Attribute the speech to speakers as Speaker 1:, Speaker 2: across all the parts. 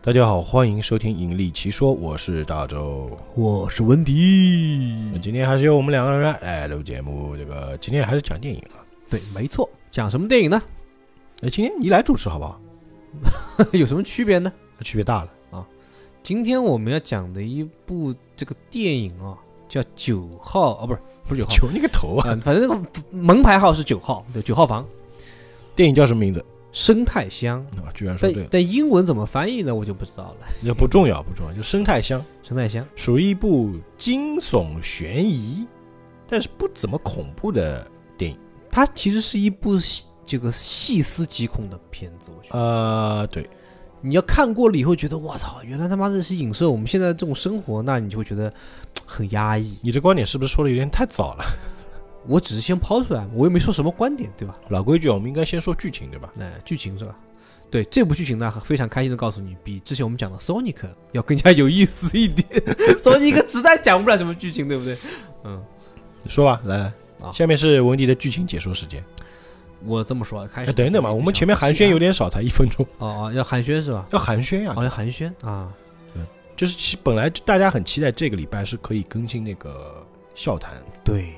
Speaker 1: 大家好，欢迎收听《引力奇说》，我是大周。
Speaker 2: 我是文迪
Speaker 1: 那。今天还是由我们两个人来哎录节目。这个今天还是讲电影啊。
Speaker 2: 对，没错。讲什么电影呢？
Speaker 1: 哎，今天你来主持好不好？
Speaker 2: 有什么区别呢？
Speaker 1: 区别大了。
Speaker 2: 今天我们要讲的一部这个电影啊，叫《九号》 啊，不是不是九号，
Speaker 1: 求你个头啊！
Speaker 2: 嗯，反正那个门牌号是九号，对，九号房，
Speaker 1: 电影叫什么名字
Speaker 2: 生态箱。
Speaker 1: 啊？居然说
Speaker 2: 但
Speaker 1: 对了，
Speaker 2: 但英文怎么翻译呢？我就不知道了。
Speaker 1: 也不重要，不重要，就生态箱，
Speaker 2: 生态箱，
Speaker 1: 属于一部惊悚悬疑，但是不怎么恐怖的。
Speaker 2: 它其实是一部细这个细思极恐的片子。我觉得
Speaker 1: 呃，对，
Speaker 2: 你要看过了以后，觉得我操，原来他妈的是影射我们现在这种生活，那你就会觉得嘖很压抑。
Speaker 1: 你这观点是不是说的有点太早了？
Speaker 2: 我只是先抛出来，我又没说什么观点，对吧？
Speaker 1: 老规矩，我们应该先说剧情，对吧？
Speaker 2: 哎，剧情是吧？对这部剧情呢，非常开心的告诉你，比之前我们讲的《Sonic》要更加有意思一点。《Sonic》实在讲不了什么剧情，对不对？嗯，
Speaker 1: 你说吧，来来，
Speaker 2: 啊
Speaker 1: 下面是文迪的剧情解说时间。
Speaker 2: 我这么说，开
Speaker 1: 哎，
Speaker 2: 始。
Speaker 1: 等等嘛，我们前面寒暄有
Speaker 2: 点
Speaker 1: 点少，才一分钟，
Speaker 2: 啊哦哦，要寒暄是吧？
Speaker 1: 要寒暄呀、
Speaker 2: 哦，要寒暄啊，
Speaker 1: 就是其本来大家很期待这个礼拜是可以更新那个笑谈，
Speaker 2: 对。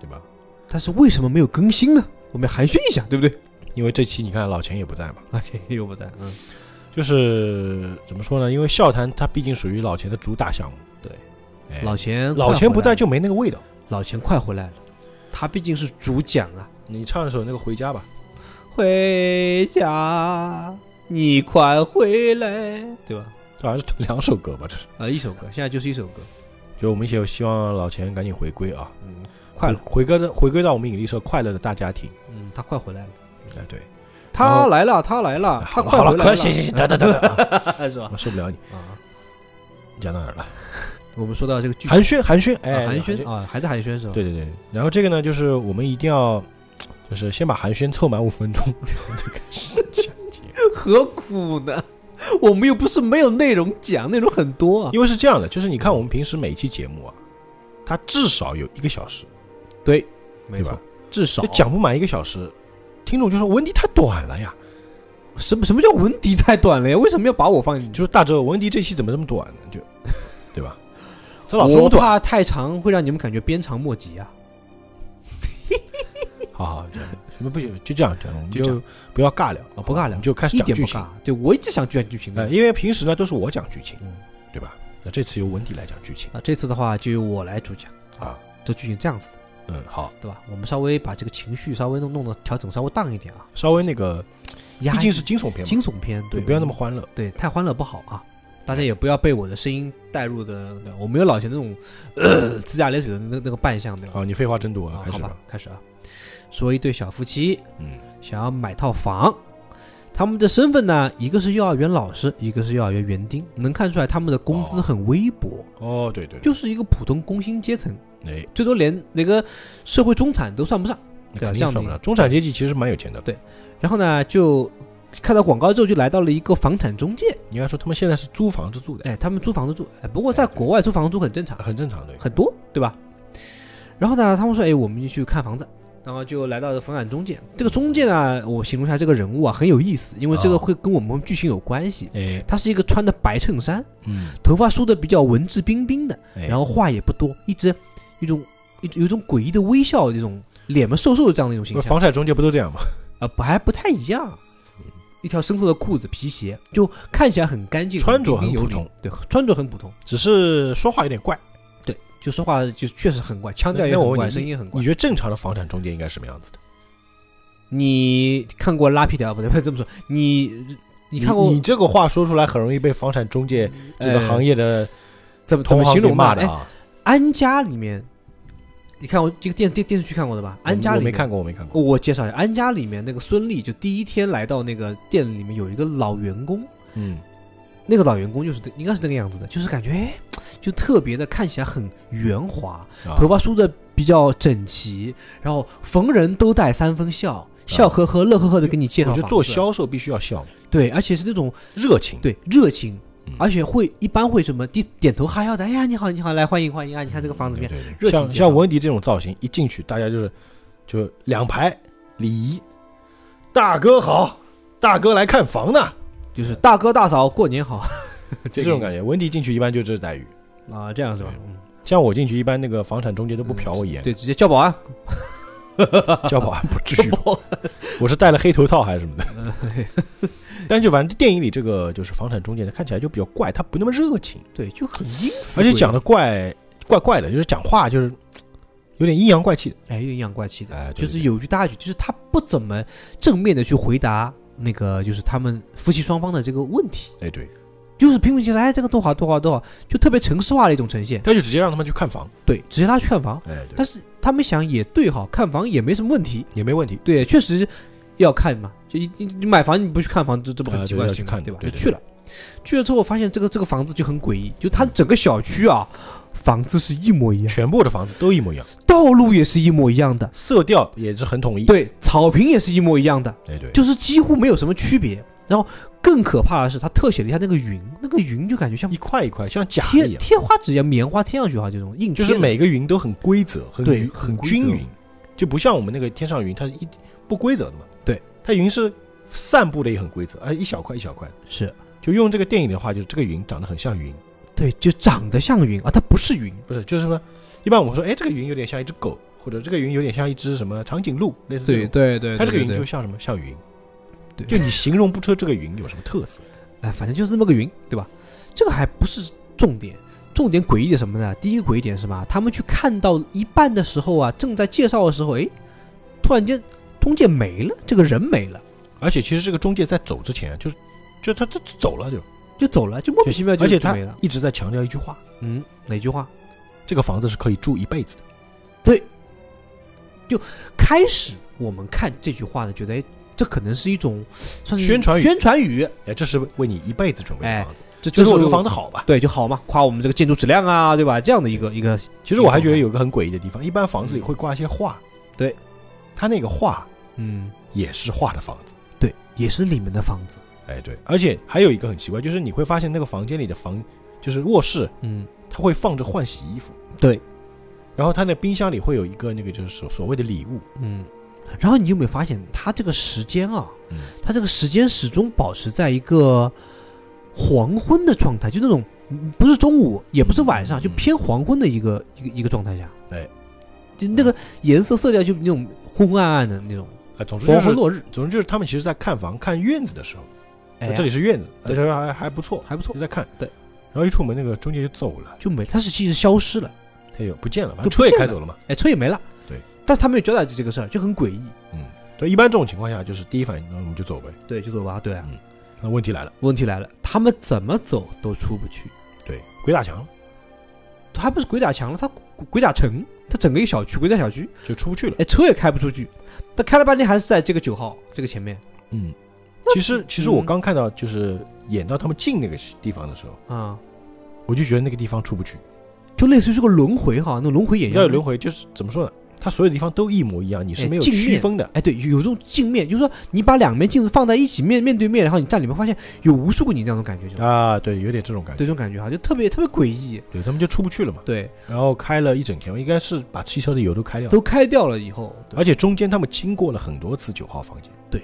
Speaker 1: 对吧？
Speaker 2: 但是为什么没有更新呢？我们要寒暄一下，对不对？
Speaker 1: 因为这期你看老钱也不在嘛，
Speaker 2: 而且又不在，嗯，
Speaker 1: 就是怎么说呢？因为笑谈它毕竟属于老钱的主打项目，
Speaker 2: 对
Speaker 1: 哎，
Speaker 2: 老钱
Speaker 1: 老钱不在
Speaker 2: 就
Speaker 1: 就没那个味道。
Speaker 2: 老钱快回来了，他毕竟是主讲啊。
Speaker 1: 你唱一首那个《回家》吧，
Speaker 2: 回家，你快回来，对吧？
Speaker 1: 这好像是两首歌吧，这是。
Speaker 2: 啊，一首歌，现在就是一首歌，
Speaker 1: 就我们也希望老钱赶紧回归啊，
Speaker 2: 嗯，快了，
Speaker 1: 回归的回归到我们引力社快乐的大家庭。
Speaker 2: 嗯，他快回来了，
Speaker 1: 哎，对，然
Speaker 2: 他
Speaker 1: 后
Speaker 2: 来了，他来了，
Speaker 1: 哎
Speaker 2: 啊
Speaker 1: 好
Speaker 2: 他
Speaker 1: 了
Speaker 2: 快
Speaker 1: 好
Speaker 2: 回
Speaker 1: 了，
Speaker 2: 来
Speaker 1: 可以，行行行，等等等等，啊
Speaker 2: 是吧
Speaker 1: 我？受不了你，
Speaker 2: 啊，
Speaker 1: 你讲到哪儿 了？
Speaker 2: 我们说到这个剧情，
Speaker 1: 寒暄寒暄，哎，
Speaker 2: 啊寒暄啊，还在寒暄是吧？
Speaker 1: 对对对，然后这个呢，就是我们一定要，就是先把寒暄凑满五分钟，这个是讲解。
Speaker 2: 何苦呢？ 我们又不是没有内容讲，内容很多啊。
Speaker 1: 因为是这样的，就是你看我们平时每一期节目啊，它至少有一个小时，
Speaker 2: 对，
Speaker 1: 对
Speaker 2: 没
Speaker 1: 吧
Speaker 2: 错，？至少
Speaker 1: 就讲不满一个小时，听众就说文迪太短了呀，
Speaker 2: 什么什么叫文迪太短了呀？为什么要把我放进
Speaker 1: 就
Speaker 2: 去？
Speaker 1: 说大周文迪这期怎么这么短呢？就，对吧？这老说不
Speaker 2: 我
Speaker 1: 短，
Speaker 2: 怕太长会让你们感觉鞭长莫及啊。
Speaker 1: 好好，这样什么不行，就这样，这样我们
Speaker 2: 就这
Speaker 1: 就不要尬聊
Speaker 2: 啊不尬聊
Speaker 1: 我们就开始
Speaker 2: 一
Speaker 1: 讲
Speaker 2: 点
Speaker 1: 剧
Speaker 2: 不
Speaker 1: 情
Speaker 2: 尬。对，哎我一直想卷剧情
Speaker 1: 呃，
Speaker 2: 的。
Speaker 1: 因为平时呢都是我讲剧情，
Speaker 2: 嗯
Speaker 1: 对吧？那这次由文迪来讲剧情
Speaker 2: 啊，这次的话就由我来主讲。
Speaker 1: 啊，
Speaker 2: 这剧情这样子的，
Speaker 1: 嗯，好，
Speaker 2: 对吧？我们稍微把这个情绪稍微弄弄的调整稍微荡一点啊，
Speaker 1: 稍微那个
Speaker 2: 压
Speaker 1: 毕
Speaker 2: 抑
Speaker 1: 竟是惊悚片嘛，
Speaker 2: 惊悚片，对，
Speaker 1: 对，不要那么欢乐。
Speaker 2: 对，太欢乐不好啊。大家也不要被我的声音带入的，对我没有老钱那种呃龇牙咧嘴的那那个扮相，对吧？
Speaker 1: 好，你废话真多啊，
Speaker 2: 啊
Speaker 1: 开
Speaker 2: 好
Speaker 1: 始
Speaker 2: 吧，开始啊。说一对小夫妻
Speaker 1: 嗯，
Speaker 2: 想要买套房，他们的身份呢，一个是幼儿园老师，一个是幼儿园园丁，能看出来他们的工资
Speaker 1: 哦
Speaker 2: 很微薄，
Speaker 1: 哦，对对，对
Speaker 2: 就是一个普通工薪阶层，
Speaker 1: 哎，
Speaker 2: 最多连那个社会中产都算不上。
Speaker 1: 那
Speaker 2: 对啊
Speaker 1: 肯定
Speaker 2: 这样
Speaker 1: 算不
Speaker 2: 的
Speaker 1: 了。中产阶级其实蛮有钱的，
Speaker 2: 对然后呢，就看到广告之后，就来到了一个房产中介。
Speaker 1: 应该说他们现在是租房子住的，
Speaker 2: 哎，他们租房子住，哎，不过在国外租房子住很正常，
Speaker 1: 很正常的。
Speaker 2: 很多，对吧？然后呢，他们说，哎，我们就去看房子，然后就来到了房产中介。这个中介呢，我形容一下这个人物啊，很有意思，因为这
Speaker 1: 啊
Speaker 2: 个会跟我们剧情有关系。
Speaker 1: 哎，
Speaker 2: 他是一个穿的白衬衫，
Speaker 1: 嗯，
Speaker 2: 头发梳的比较文质彬彬的，
Speaker 1: 哎
Speaker 2: 然后话也不多，一直一种一种有一种诡异的微笑，这种脸嘛瘦瘦的这样的一种形
Speaker 1: 不是
Speaker 2: 象。
Speaker 1: 房产嗯中介不都这样 吗？
Speaker 2: 啊，不还不太一样。一条深色的裤子、皮鞋，就看起来很干净，
Speaker 1: 穿着
Speaker 2: 彬彬
Speaker 1: 很
Speaker 2: 有
Speaker 1: 普
Speaker 2: 礼
Speaker 1: 通，
Speaker 2: 对，穿着很普通，
Speaker 1: 只是说话有点怪。
Speaker 2: 对，就说话就确实很怪，腔
Speaker 1: 那
Speaker 2: 调也
Speaker 1: 那我
Speaker 2: 很
Speaker 1: 问
Speaker 2: 怪，
Speaker 1: 你
Speaker 2: 声音也很怪
Speaker 1: 你。觉得正常的房产中介应该什么样子的？
Speaker 2: 你看过拉皮条不 对，不是这么说，你你看过
Speaker 1: 你这个话说出来，很容易被房产中介这个
Speaker 2: 呃
Speaker 1: 行业的
Speaker 2: 怎么怎
Speaker 1: 同
Speaker 2: 么
Speaker 1: 行
Speaker 2: 形
Speaker 1: 给
Speaker 2: 容
Speaker 1: 骂
Speaker 2: 嘛？
Speaker 1: 的
Speaker 2: 哎，
Speaker 1: 啊？
Speaker 2: 安家里面，你看过这个电电电视剧看过的哦吧？安家
Speaker 1: 我
Speaker 2: 里
Speaker 1: 没
Speaker 2: 面
Speaker 1: 看过，我没看过。
Speaker 2: 我介绍一下，安家里面那个孙俪，就第一天来到那个店里面，有一个老员工，
Speaker 1: 嗯，
Speaker 2: 那个老员工就是这应该是那个样子的，就是感觉哎就特别的看起来很圆滑，
Speaker 1: 啊
Speaker 2: 头发梳的比较整齐，然后逢人都带三分笑，笑呵呵、乐呵呵的给你介绍
Speaker 1: 啊我
Speaker 2: 房
Speaker 1: 觉得
Speaker 2: 子。
Speaker 1: 做销售必须要笑嘛，
Speaker 2: 对，而且是那种
Speaker 1: 热情。
Speaker 2: 对热情
Speaker 1: 嗯，
Speaker 2: 而且会一般会什么点点头哈腰的，哎呀你好你好来欢迎欢迎啊，你看这个房子怎么
Speaker 1: 对
Speaker 2: 样？
Speaker 1: 对对
Speaker 2: 热情
Speaker 1: 像
Speaker 2: 介
Speaker 1: 像
Speaker 2: 绍
Speaker 1: 文迪这种造型，一进去大家就是就两排礼仪，大哥好，大哥来看房呢，
Speaker 2: 就是大哥大嫂过年好，
Speaker 1: 就 这种感觉。文迪进去一般就这待遇，
Speaker 2: 觉啊，这样是吧？嗯
Speaker 1: 像我进去一般那个房产中介都不瞟我一眼，
Speaker 2: 对，直接叫保啊安，
Speaker 1: 叫嗯保安不至于吧。
Speaker 2: 保安
Speaker 1: 我是戴了黑头套还是什么的。 但就反正电影里这个就是房产中介，他看起来就比较怪，他不那么热情，
Speaker 2: 对，就很阴森，
Speaker 1: 而且讲的怪怪怪的，就是讲话就是有点阴阳怪气的。
Speaker 2: 哎，有点阴阳怪气的，
Speaker 1: 哎对
Speaker 2: 就是
Speaker 1: 对
Speaker 2: 有句搭句，就是他不怎么正面的去回答那个，就是他们夫妻双方的这个问题，
Speaker 1: 哎对，
Speaker 2: 就是平平其实，哎，这个多好多好多好，就特别城市化的一种呈现。
Speaker 1: 他就直接让他们去看房，
Speaker 2: 对，直接拉去看房，
Speaker 1: 哎对
Speaker 2: 但是他们想也对哈，看房也没什么问题，
Speaker 1: 也没问题。
Speaker 2: 对，确实要看嘛，就一你你买房你不去看房，这这不很
Speaker 1: 啊
Speaker 2: 奇怪的
Speaker 1: 对
Speaker 2: 事情
Speaker 1: 要去
Speaker 2: 吗
Speaker 1: 看
Speaker 2: 对吧？
Speaker 1: 对
Speaker 2: 就
Speaker 1: 对
Speaker 2: 去了，去了之后发现这个这个房子就很诡异，就
Speaker 1: 嗯
Speaker 2: 它整个小区啊，房子是一模一样，
Speaker 1: 全部的房子都一模一样，
Speaker 2: 道路也是一模一样的，
Speaker 1: 色调也是很统一。，
Speaker 2: 对，草坪也是一模一样的，
Speaker 1: 哎对，
Speaker 2: 就是几乎没有什么区别。然后更可怕的是，它特写了一下那个云，那个云就感觉像
Speaker 1: 一块一块像假的
Speaker 2: 贴
Speaker 1: 一样，
Speaker 2: 贴花纸一样，棉花贴上去哈，这种硬
Speaker 1: 就
Speaker 2: 贴的，
Speaker 1: 是每个云都很规则，很
Speaker 2: 对
Speaker 1: 匀
Speaker 2: 很
Speaker 1: 很
Speaker 2: 规则
Speaker 1: 均匀，就不像我们那个天上云，它是一不规则的嘛。
Speaker 2: 对，
Speaker 1: 它云是散布的也很规则，啊而一小块一小块。
Speaker 2: 是
Speaker 1: 就用这个电影的话，就是这个云长得很像云，
Speaker 2: 对，就长得像云啊，它不是云，
Speaker 1: 不是，就是说，一般我们说，哎，这个云有点像一只狗，或者这个云有点像一只什么长颈鹿，类似这种。
Speaker 2: 对对
Speaker 1: 它这个云就像什么？像云。
Speaker 2: 对
Speaker 1: 就你形容不出这个云有什么特色。
Speaker 2: 哎，反正就是那么个云，对吧？这个还不是重点，重点诡异的什么呢？第一个诡异点是什么？他们去看到一半的时候啊，正在介绍的时候，哎，突然间中介没了，这个人没了，
Speaker 1: 而且其实这个中介在走之前，啊就是就他他走了就，
Speaker 2: 就走了，就莫名其妙就
Speaker 1: 而且
Speaker 2: 就
Speaker 1: 他
Speaker 2: 没了。
Speaker 1: 一直在强调一句话：
Speaker 2: 嗯，哪句话？
Speaker 1: 这个房子是可以住一辈子的。
Speaker 2: 开始我们看这句话呢，觉得哎，这可能是一种算是
Speaker 1: 宣传语
Speaker 2: 宣传语，
Speaker 1: 哎，这是为你一辈子准备的房子。
Speaker 2: 哎这
Speaker 1: 就
Speaker 2: 就是是
Speaker 1: 我这个房子好吧？
Speaker 2: 对就好嘛，夸我们这个建筑质量啊，对吧？这样的一个一个
Speaker 1: 其实我还觉得有个很诡异的地方，一般房子里会挂一些画。
Speaker 2: 嗯对，
Speaker 1: 他那个画
Speaker 2: 嗯，
Speaker 1: 也是画的房子。
Speaker 2: 对，也是里面的房子，
Speaker 1: 哎，对，而且还有一个很奇怪，就是你会发现那个房间里的房，就是卧室，
Speaker 2: 嗯，
Speaker 1: 它会放着换洗衣服，
Speaker 2: 对，
Speaker 1: 然后它那冰箱里会有一个那个就是所所谓的礼物，
Speaker 2: 嗯，然后你有没有发现，它这个时间啊，
Speaker 1: 嗯
Speaker 2: 它这个时间始终保持在一个黄昏的状态，就那种嗯不是中午，也不是晚
Speaker 1: 嗯
Speaker 2: 上，就偏黄昏的一个一个一个状态下，
Speaker 1: 哎，嗯
Speaker 2: 就那个颜色色调就那种昏昏暗暗的那种
Speaker 1: 啊，总之就
Speaker 2: 黄昏
Speaker 1: 是，
Speaker 2: 落日，
Speaker 1: 总之就是他们其实在看房看院子的时候，
Speaker 2: 哎呀，
Speaker 1: 呃这里是院子，
Speaker 2: 对
Speaker 1: 而且还还不错，
Speaker 2: 还不错
Speaker 1: 就，在看，
Speaker 2: 对，
Speaker 1: 然后一出门那个中介就走了，
Speaker 2: 就没，它是其实消失了，
Speaker 1: 他也不见了，反正
Speaker 2: 就不
Speaker 1: 车也
Speaker 2: 见
Speaker 1: 开
Speaker 2: 了
Speaker 1: 走了嘛，
Speaker 2: 哎，车也没了，
Speaker 1: 对，
Speaker 2: 但他没有交代这个事儿，就很诡异，
Speaker 1: 嗯，对，一般这种情况下就是第一反应，那我们就走呗。
Speaker 2: 对，就走吧，对
Speaker 1: 嗯
Speaker 2: 啊，
Speaker 1: 那问题来了，
Speaker 2: 问题来了，他们怎么走都出不去。
Speaker 1: 对，鬼打墙
Speaker 2: 他不是鬼打墙了，他鬼鬼打城，他整个一个小区鬼打小区，
Speaker 1: 就出不去了，
Speaker 2: 哎，车也开不出去，他开了半天还是在这个九号这个前面
Speaker 1: 嗯，其实其实
Speaker 2: 嗯
Speaker 1: 我刚看到就是演到他们进那个地方的时候，
Speaker 2: 啊、
Speaker 1: 我就觉得那个地方出不去。
Speaker 2: 嗯就类似于是个轮回哈，那轮回演
Speaker 1: 要有
Speaker 2: 员
Speaker 1: 轮，回，就是怎么说呢？它所有地方都一模一样，你是
Speaker 2: 哎
Speaker 1: 没有
Speaker 2: 镜
Speaker 1: 区
Speaker 2: 面
Speaker 1: 分的。
Speaker 2: 哎，对，有有这种镜面，就是说你把两面镜子放在一起面面对面，然后你站里面发现有无数个你那种感觉，就、
Speaker 1: 啊，对，有点这种感觉。
Speaker 2: 嗯对这种感觉哈，就特别特别诡异，
Speaker 1: 对他们就出不去了嘛，
Speaker 2: 对，
Speaker 1: 然后开了一整天，应该是把汽车的油都开掉了，
Speaker 2: 都开掉了以后，对
Speaker 1: 而且中间他们经过了很多次九号房间，
Speaker 2: 对，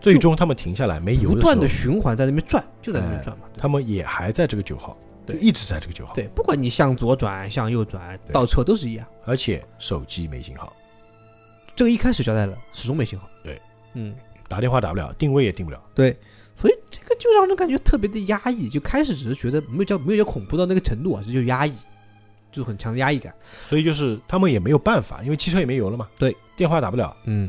Speaker 1: 最终他们停下来没油
Speaker 2: 不
Speaker 1: 的时
Speaker 2: 断
Speaker 1: 候
Speaker 2: 的，循环在那边转，就在那边
Speaker 1: 哎
Speaker 2: 转嘛，对
Speaker 1: 他们也还在这个九号，就
Speaker 2: 对
Speaker 1: 一直在这个九号，
Speaker 2: 对，不管你向左转向右转
Speaker 1: 对
Speaker 2: 倒车都是一样。
Speaker 1: 而且手机没信号，
Speaker 2: 这个一开始交代了，始终没信号。
Speaker 1: 对，
Speaker 2: 嗯，
Speaker 1: 打电话打不了，定位也定不了。
Speaker 2: 对，所以这个就让人感觉特别的压抑。就开始只是觉得没有叫没有叫恐怖到那个程度啊，这就压抑，就很强的压抑感。
Speaker 1: 所以就是他们也没有办法，因为汽车也没油了嘛，
Speaker 2: 对，
Speaker 1: 电话打不了，
Speaker 2: 嗯，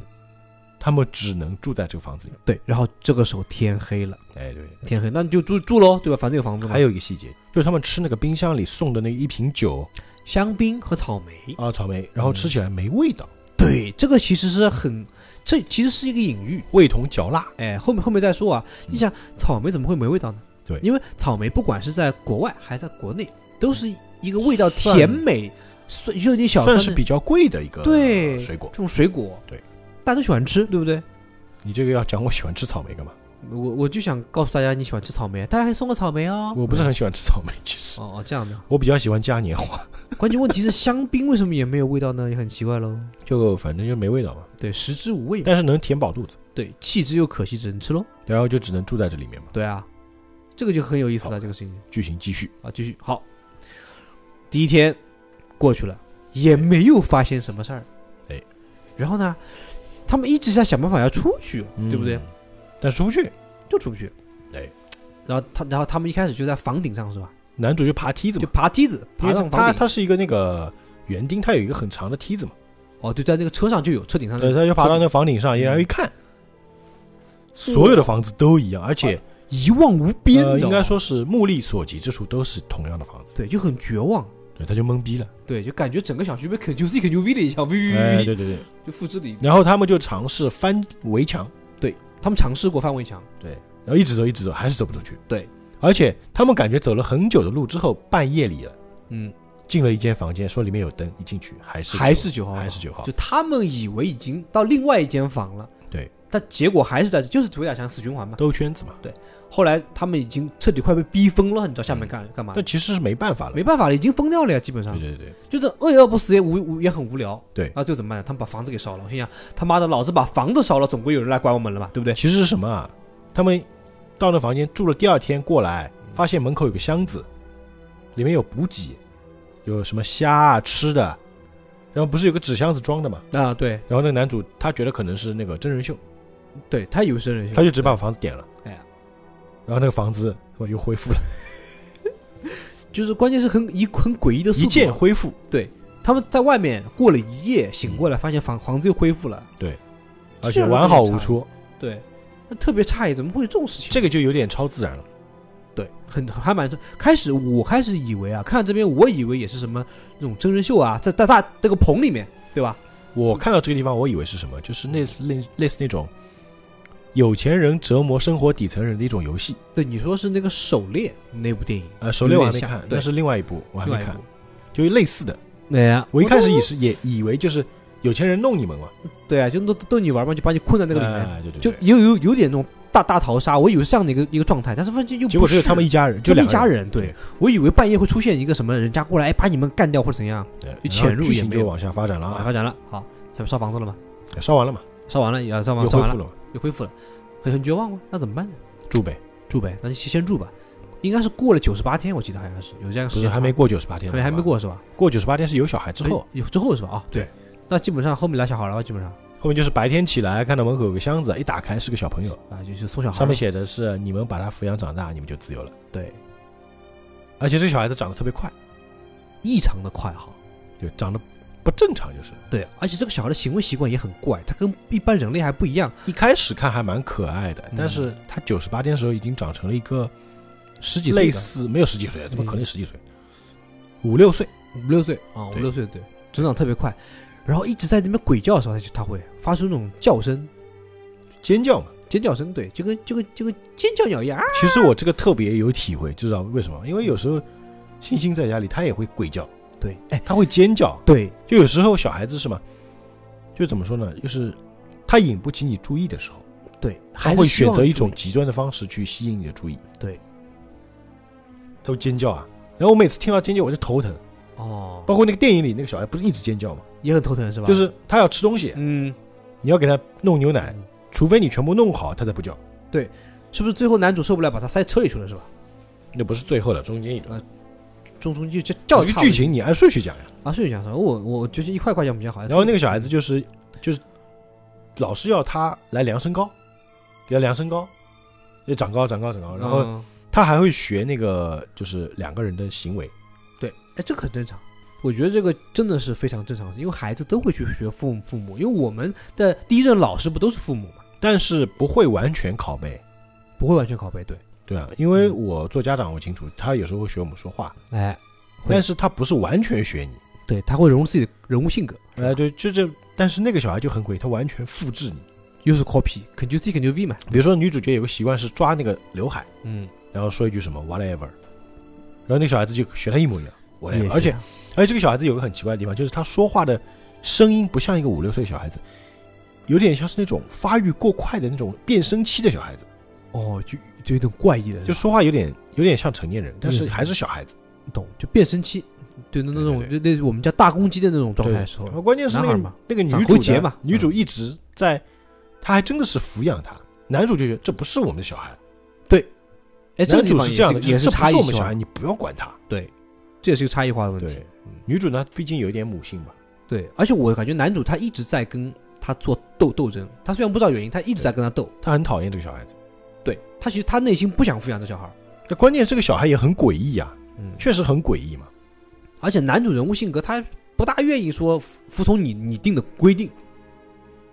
Speaker 1: 他们只能住在这个房子里。
Speaker 2: 对。然后这个时候天黑了，
Speaker 1: 哎，对，
Speaker 2: 天黑，那你就住住喽，对吧？反正有房子嘛。
Speaker 1: 还有一个细节，就是他们吃那个冰箱里送的那一瓶酒，
Speaker 2: 香槟和草莓。
Speaker 1: 啊，草莓，然后吃起来没味道，
Speaker 2: 对，这个其实是很，这其实是一个隐喻。
Speaker 1: 味同嚼蜡。
Speaker 2: 哎，后面后面再说啊。你想，草莓怎么会没味道呢？
Speaker 1: 嗯对
Speaker 2: 因为草莓不管是在国外还是在国内，都是一个味道甜美，酸有点小酸
Speaker 1: 算
Speaker 2: 的
Speaker 1: 是比较贵的一个
Speaker 2: 对
Speaker 1: 水果
Speaker 2: 这。种水果，
Speaker 1: 对，
Speaker 2: 大家都喜欢吃，对不对？
Speaker 1: 你这个要讲我喜欢吃草莓干嘛？
Speaker 2: 我我就想告诉大家，你喜欢吃草莓，大家还送个草莓哦。
Speaker 1: 我不是很喜欢吃草莓，其实
Speaker 2: 哦哦这样的，
Speaker 1: 我比较喜欢嘉年华。
Speaker 2: 关键问题是香槟为什么也没有味道呢？也很奇怪喽。
Speaker 1: 就反正就没味道嘛，
Speaker 2: 对，食之无味嘛。
Speaker 1: 但是能填饱肚子，
Speaker 2: 对，弃之又可惜，只能吃喽。
Speaker 1: 然后就只能住在这里面嘛。
Speaker 2: 对啊，这个就很有意思了，这个事情
Speaker 1: 剧情继续，
Speaker 2: 啊，继续好。第一天过去了，也没有发现什么事儿。
Speaker 1: 哎，
Speaker 2: 然后呢，他们一直在想办法要出去，对不对
Speaker 1: 嗯？？但出不去，
Speaker 2: 就出不去。
Speaker 1: 哎，
Speaker 2: 然后他，然后他们一开始就在房顶上是吧？
Speaker 1: 男主就爬梯子
Speaker 2: 就
Speaker 1: 嘛，
Speaker 2: 爬梯子，
Speaker 1: 因为
Speaker 2: 爬上
Speaker 1: 他
Speaker 2: 房顶。
Speaker 1: 他是一个那个园丁，他有一个很长的梯子嘛，
Speaker 2: 哦，就在那个车上就有，车顶上就
Speaker 1: 对，他就
Speaker 2: 有。
Speaker 1: 爬到那房顶上，
Speaker 2: 嗯
Speaker 1: 然后一看，所有的房子都一样，而且
Speaker 2: 一望无啊边，哦
Speaker 1: 呃
Speaker 2: 你知
Speaker 1: 应
Speaker 2: 道
Speaker 1: 该
Speaker 2: 吗
Speaker 1: 说是目力所及之处都是同样的房子，
Speaker 2: 对，就很绝望。
Speaker 1: 对，他就懵逼了，
Speaker 2: 对，就感觉整个小区被 Q C Q U V 的一下，
Speaker 1: 哎，
Speaker 2: 喂，
Speaker 1: 对对对，
Speaker 2: 就付之里。
Speaker 1: 然后他们就尝试翻围墙，
Speaker 2: 他们尝试过翻围墙，
Speaker 1: 对，然后一直走一直走，还是走不出去，
Speaker 2: 对，
Speaker 1: 而且他们感觉走了很久的路之后，半夜里了。
Speaker 2: 嗯，
Speaker 1: 进了一间房间，说里面有灯，一进去还是
Speaker 2: 还是九号，
Speaker 1: 还是九号
Speaker 2: 就，他们以为已经到另外一间房了，
Speaker 1: 对，
Speaker 2: 但结果还是在这，就是鬼打墙死循环嘛。
Speaker 1: 兜圈子嘛。
Speaker 2: 后来他们已经彻底快被逼疯了，你知道下面干、干嘛？
Speaker 1: 但其实是没办法了，
Speaker 2: 没办法了，已经疯掉了呀，基本上
Speaker 1: 嗯对对对，
Speaker 2: 就是饿要不死也无无也很无聊。
Speaker 1: 对
Speaker 2: 然后最后怎么办呢？他们把房子给烧了。我心想，他妈的，老子把房子烧了，总归有人来管我们了吧，对不对？
Speaker 1: 其实是什么啊？他们到那房间住了第二天过来，
Speaker 2: 嗯
Speaker 1: 发现门口有个箱子，里面有补给，有什么虾啊吃的，然后不是有个纸箱子装的嘛？
Speaker 2: 啊，对
Speaker 1: 然后那个男主他觉得可能是那个真人秀，
Speaker 2: 对，他以为是人
Speaker 1: 他就只把房子点了，
Speaker 2: 哎呀
Speaker 1: 然后那个房子我又恢复了，
Speaker 2: 就是关键是很一很诡异的速
Speaker 1: 一
Speaker 2: 度。
Speaker 1: 键恢复，
Speaker 2: 他们在外面过了一夜，醒过来发现房房子又恢复了，
Speaker 1: 而且完好无
Speaker 2: 这
Speaker 1: 缺，
Speaker 2: 对，那特别诧异，怎么会有这种事情？
Speaker 1: 这个就有点超自然了。
Speaker 2: 对，很还蛮开始我开始以为啊，看这边我以为也是什么那种真人秀啊，在在大那个棚里面，对吧？
Speaker 1: 我看到这个地方，我以为是什么，就是类似类类似那种有钱人折磨生活底层人的一种游戏。
Speaker 2: 对，你说是那个狩猎那部电影，
Speaker 1: 呃，手链我还
Speaker 2: 有
Speaker 1: 没
Speaker 2: 点像
Speaker 1: 看，
Speaker 2: 对
Speaker 1: 那是另外一部，我还
Speaker 2: 另
Speaker 1: 没
Speaker 2: 外一
Speaker 1: 看
Speaker 2: 部，，哦
Speaker 1: 就类似的。
Speaker 2: 对呀、
Speaker 1: 我一开始
Speaker 2: 都
Speaker 1: 也是也以为就是有钱人弄你们嘛，
Speaker 2: 对啊，就逗逗你玩嘛，就把你困在那个里面，
Speaker 1: 哎对对
Speaker 2: 就
Speaker 1: 对
Speaker 2: 有有有点那种大大逃杀，我以为是这样的一个一个状态，但是发现又
Speaker 1: 结果只有
Speaker 2: 不是
Speaker 1: 他们一家人，就
Speaker 2: 就一
Speaker 1: 两
Speaker 2: 家
Speaker 1: 个人，
Speaker 2: 人，对，我以为半夜会出现一个什么人家过来，哎，把你们干掉或者怎样，
Speaker 1: 对，
Speaker 2: 一潜入
Speaker 1: 然后剧
Speaker 2: 也
Speaker 1: 情
Speaker 2: 没有
Speaker 1: 就往下发展了
Speaker 2: 啊，
Speaker 1: 啊
Speaker 2: 发，展了，好，下面烧房子了吗？
Speaker 1: 烧完了嘛，
Speaker 2: 烧完了，也烧完
Speaker 1: 又
Speaker 2: 烧
Speaker 1: 恢
Speaker 2: 完
Speaker 1: 复
Speaker 2: 了，
Speaker 1: 了嘛，
Speaker 2: 又恢复了，很很绝望吗？那怎么办呢？
Speaker 1: 住呗，
Speaker 2: 住呗，那就先先住吧，应该是过了九十八天，我记得好像是有这样一个
Speaker 1: 不
Speaker 2: 时
Speaker 1: 是
Speaker 2: 间，
Speaker 1: 还没，过九十八天呢
Speaker 2: 还没
Speaker 1: 吧，
Speaker 2: 还没过是吧？
Speaker 1: 过九十八天是有小孩之后
Speaker 2: 哎，有之后是吧？啊，对
Speaker 1: 对，
Speaker 2: 那基本上后面来小孩了吧？基本上
Speaker 1: 后面就是白天起来看到门口有个箱子，一打开是个小朋友，
Speaker 2: 啊，就是送小孩了，
Speaker 1: 上面写的是你们把他抚养长大，你们就自由了。
Speaker 2: 对，
Speaker 1: 而且这个小孩子长得特别快，
Speaker 2: 异常的快哈。
Speaker 1: 就长得不正常，就是
Speaker 2: 对，而且这个小孩的行为习惯也很怪，他跟一般人类还不一样。
Speaker 1: 一开始看还蛮可爱的
Speaker 2: 嗯，
Speaker 1: 但是他九十八天的时候已经长成了一个
Speaker 2: 十几岁
Speaker 1: 类
Speaker 2: 的
Speaker 1: 似没有十几嗯岁，怎么可能十几岁？五六岁，
Speaker 2: 五六岁啊，五
Speaker 1: 对
Speaker 2: 六岁对，成长特别快，然后一直在那边鬼叫的时候，他就他会发出那种叫声、
Speaker 1: 尖叫嘛。
Speaker 2: 尖叫声，对，就跟就跟就跟尖叫鸟一样啊，
Speaker 1: 其实我这个特别有体会，知道为什么？因为有时候星星在家里，他也会鬼叫，
Speaker 2: 对，哎，
Speaker 1: 他会尖叫。
Speaker 2: 对，
Speaker 1: 就有时候小孩子是吗？就怎么说呢？就是他引不起你注意的时候，
Speaker 2: 对，还
Speaker 1: 他
Speaker 2: 是
Speaker 1: 会
Speaker 2: 希
Speaker 1: 选
Speaker 2: 望
Speaker 1: 择一
Speaker 2: 注
Speaker 1: 种
Speaker 2: 意
Speaker 1: 极端的方式去吸引你的注意。
Speaker 2: 对，
Speaker 1: 他会尖叫啊。然后我每次听到尖叫，我就头疼。
Speaker 2: 哦，
Speaker 1: 包括那个电影里那个小孩不是一直尖叫吗？
Speaker 2: 也很头疼是吧？
Speaker 1: 就是他要吃东西，
Speaker 2: 嗯，
Speaker 1: 你要给他弄牛奶，除非你全部弄好，他才不叫。
Speaker 2: 是不是最后男主受不了，把他塞车里去了是吧？
Speaker 1: 那不是最后了，中间一段。
Speaker 2: 中中就就叫
Speaker 1: 这个剧情你按顺序讲呀。
Speaker 2: 啊，顺序讲什么？我我就是一块块讲比较好。
Speaker 1: 然后那个小孩子就是就是老是要他来量身高，给他量身高，就长高长高长高。然后
Speaker 2: 嗯
Speaker 1: 他还会学那个就是两个人的行为，
Speaker 2: 对，哎，这个很正常。我觉得这个真的是非常正常的事，因为孩子都会去学父母父母，因为我们的第一任老师不都是父母嘛，
Speaker 1: 但是不会完全拷贝。
Speaker 2: 不会完全拷贝，对，
Speaker 1: 对啊，因为
Speaker 2: 嗯
Speaker 1: 我做家长，我清楚，他有时候会学我们说话，
Speaker 2: 哎，会
Speaker 1: 但是他不是完全学你。
Speaker 2: 对，他会融入自己的人物性格。
Speaker 1: 哎，，对，就这，但是那个小孩就很诡异，他完全复制你。
Speaker 2: 又是 copy，肯定 C 肯定 V 嘛。
Speaker 1: 比如说女主角有个习惯是抓那个刘海，
Speaker 2: 嗯，
Speaker 1: 然后说一句什么 whatever，然后那个小孩子就学他一模一样
Speaker 2: 我
Speaker 1: whatever，而且而且这个小孩子有个很奇怪的地方，就是他说话的声音不像一个五六岁小孩子，有点像是那种发育过快的那种变声期的小孩子，
Speaker 2: 哦，就就有点怪异了，
Speaker 1: 就
Speaker 2: 就
Speaker 1: 说话有点有点像成年人，但
Speaker 2: 嗯
Speaker 1: 是还是小孩子。
Speaker 2: 懂，就变声期，对，那那
Speaker 3: 对
Speaker 2: 种
Speaker 3: 对
Speaker 2: 就类似我们叫大公鸡的那种状态的时候
Speaker 1: 然，后关键是那
Speaker 2: 男
Speaker 1: 个
Speaker 2: 孩嘛
Speaker 1: 那个女
Speaker 2: 长
Speaker 1: 主嗯
Speaker 2: 回节
Speaker 1: 的
Speaker 2: 嘛
Speaker 1: 女主一直在，她还真的是抚养他。男主就觉得这不是我们的小孩，
Speaker 2: 哎，这个
Speaker 1: 男
Speaker 2: 地
Speaker 1: 主
Speaker 2: 方
Speaker 1: 是这样的，
Speaker 2: 也也
Speaker 1: 这不
Speaker 2: 差
Speaker 1: 是
Speaker 2: 异
Speaker 1: 我们小
Speaker 2: 化
Speaker 1: 孩，，你不要管他。
Speaker 2: 对，这也是一个差异化的问题。
Speaker 1: 啊对，女主呢，毕竟有一点母性嘛，
Speaker 2: 对，而且我感觉男主他一直在跟他做斗斗争，他虽然不知道原因，他一直在跟他斗。
Speaker 1: 她很讨厌这个小孩子。
Speaker 2: 对他其实他内心不想抚养这小孩儿，
Speaker 1: 那关键这个小孩也很诡异啊，
Speaker 2: 嗯，
Speaker 1: 确实很诡异嘛。
Speaker 2: 而且男主人物性格他不大愿意说服服从你你定的规定，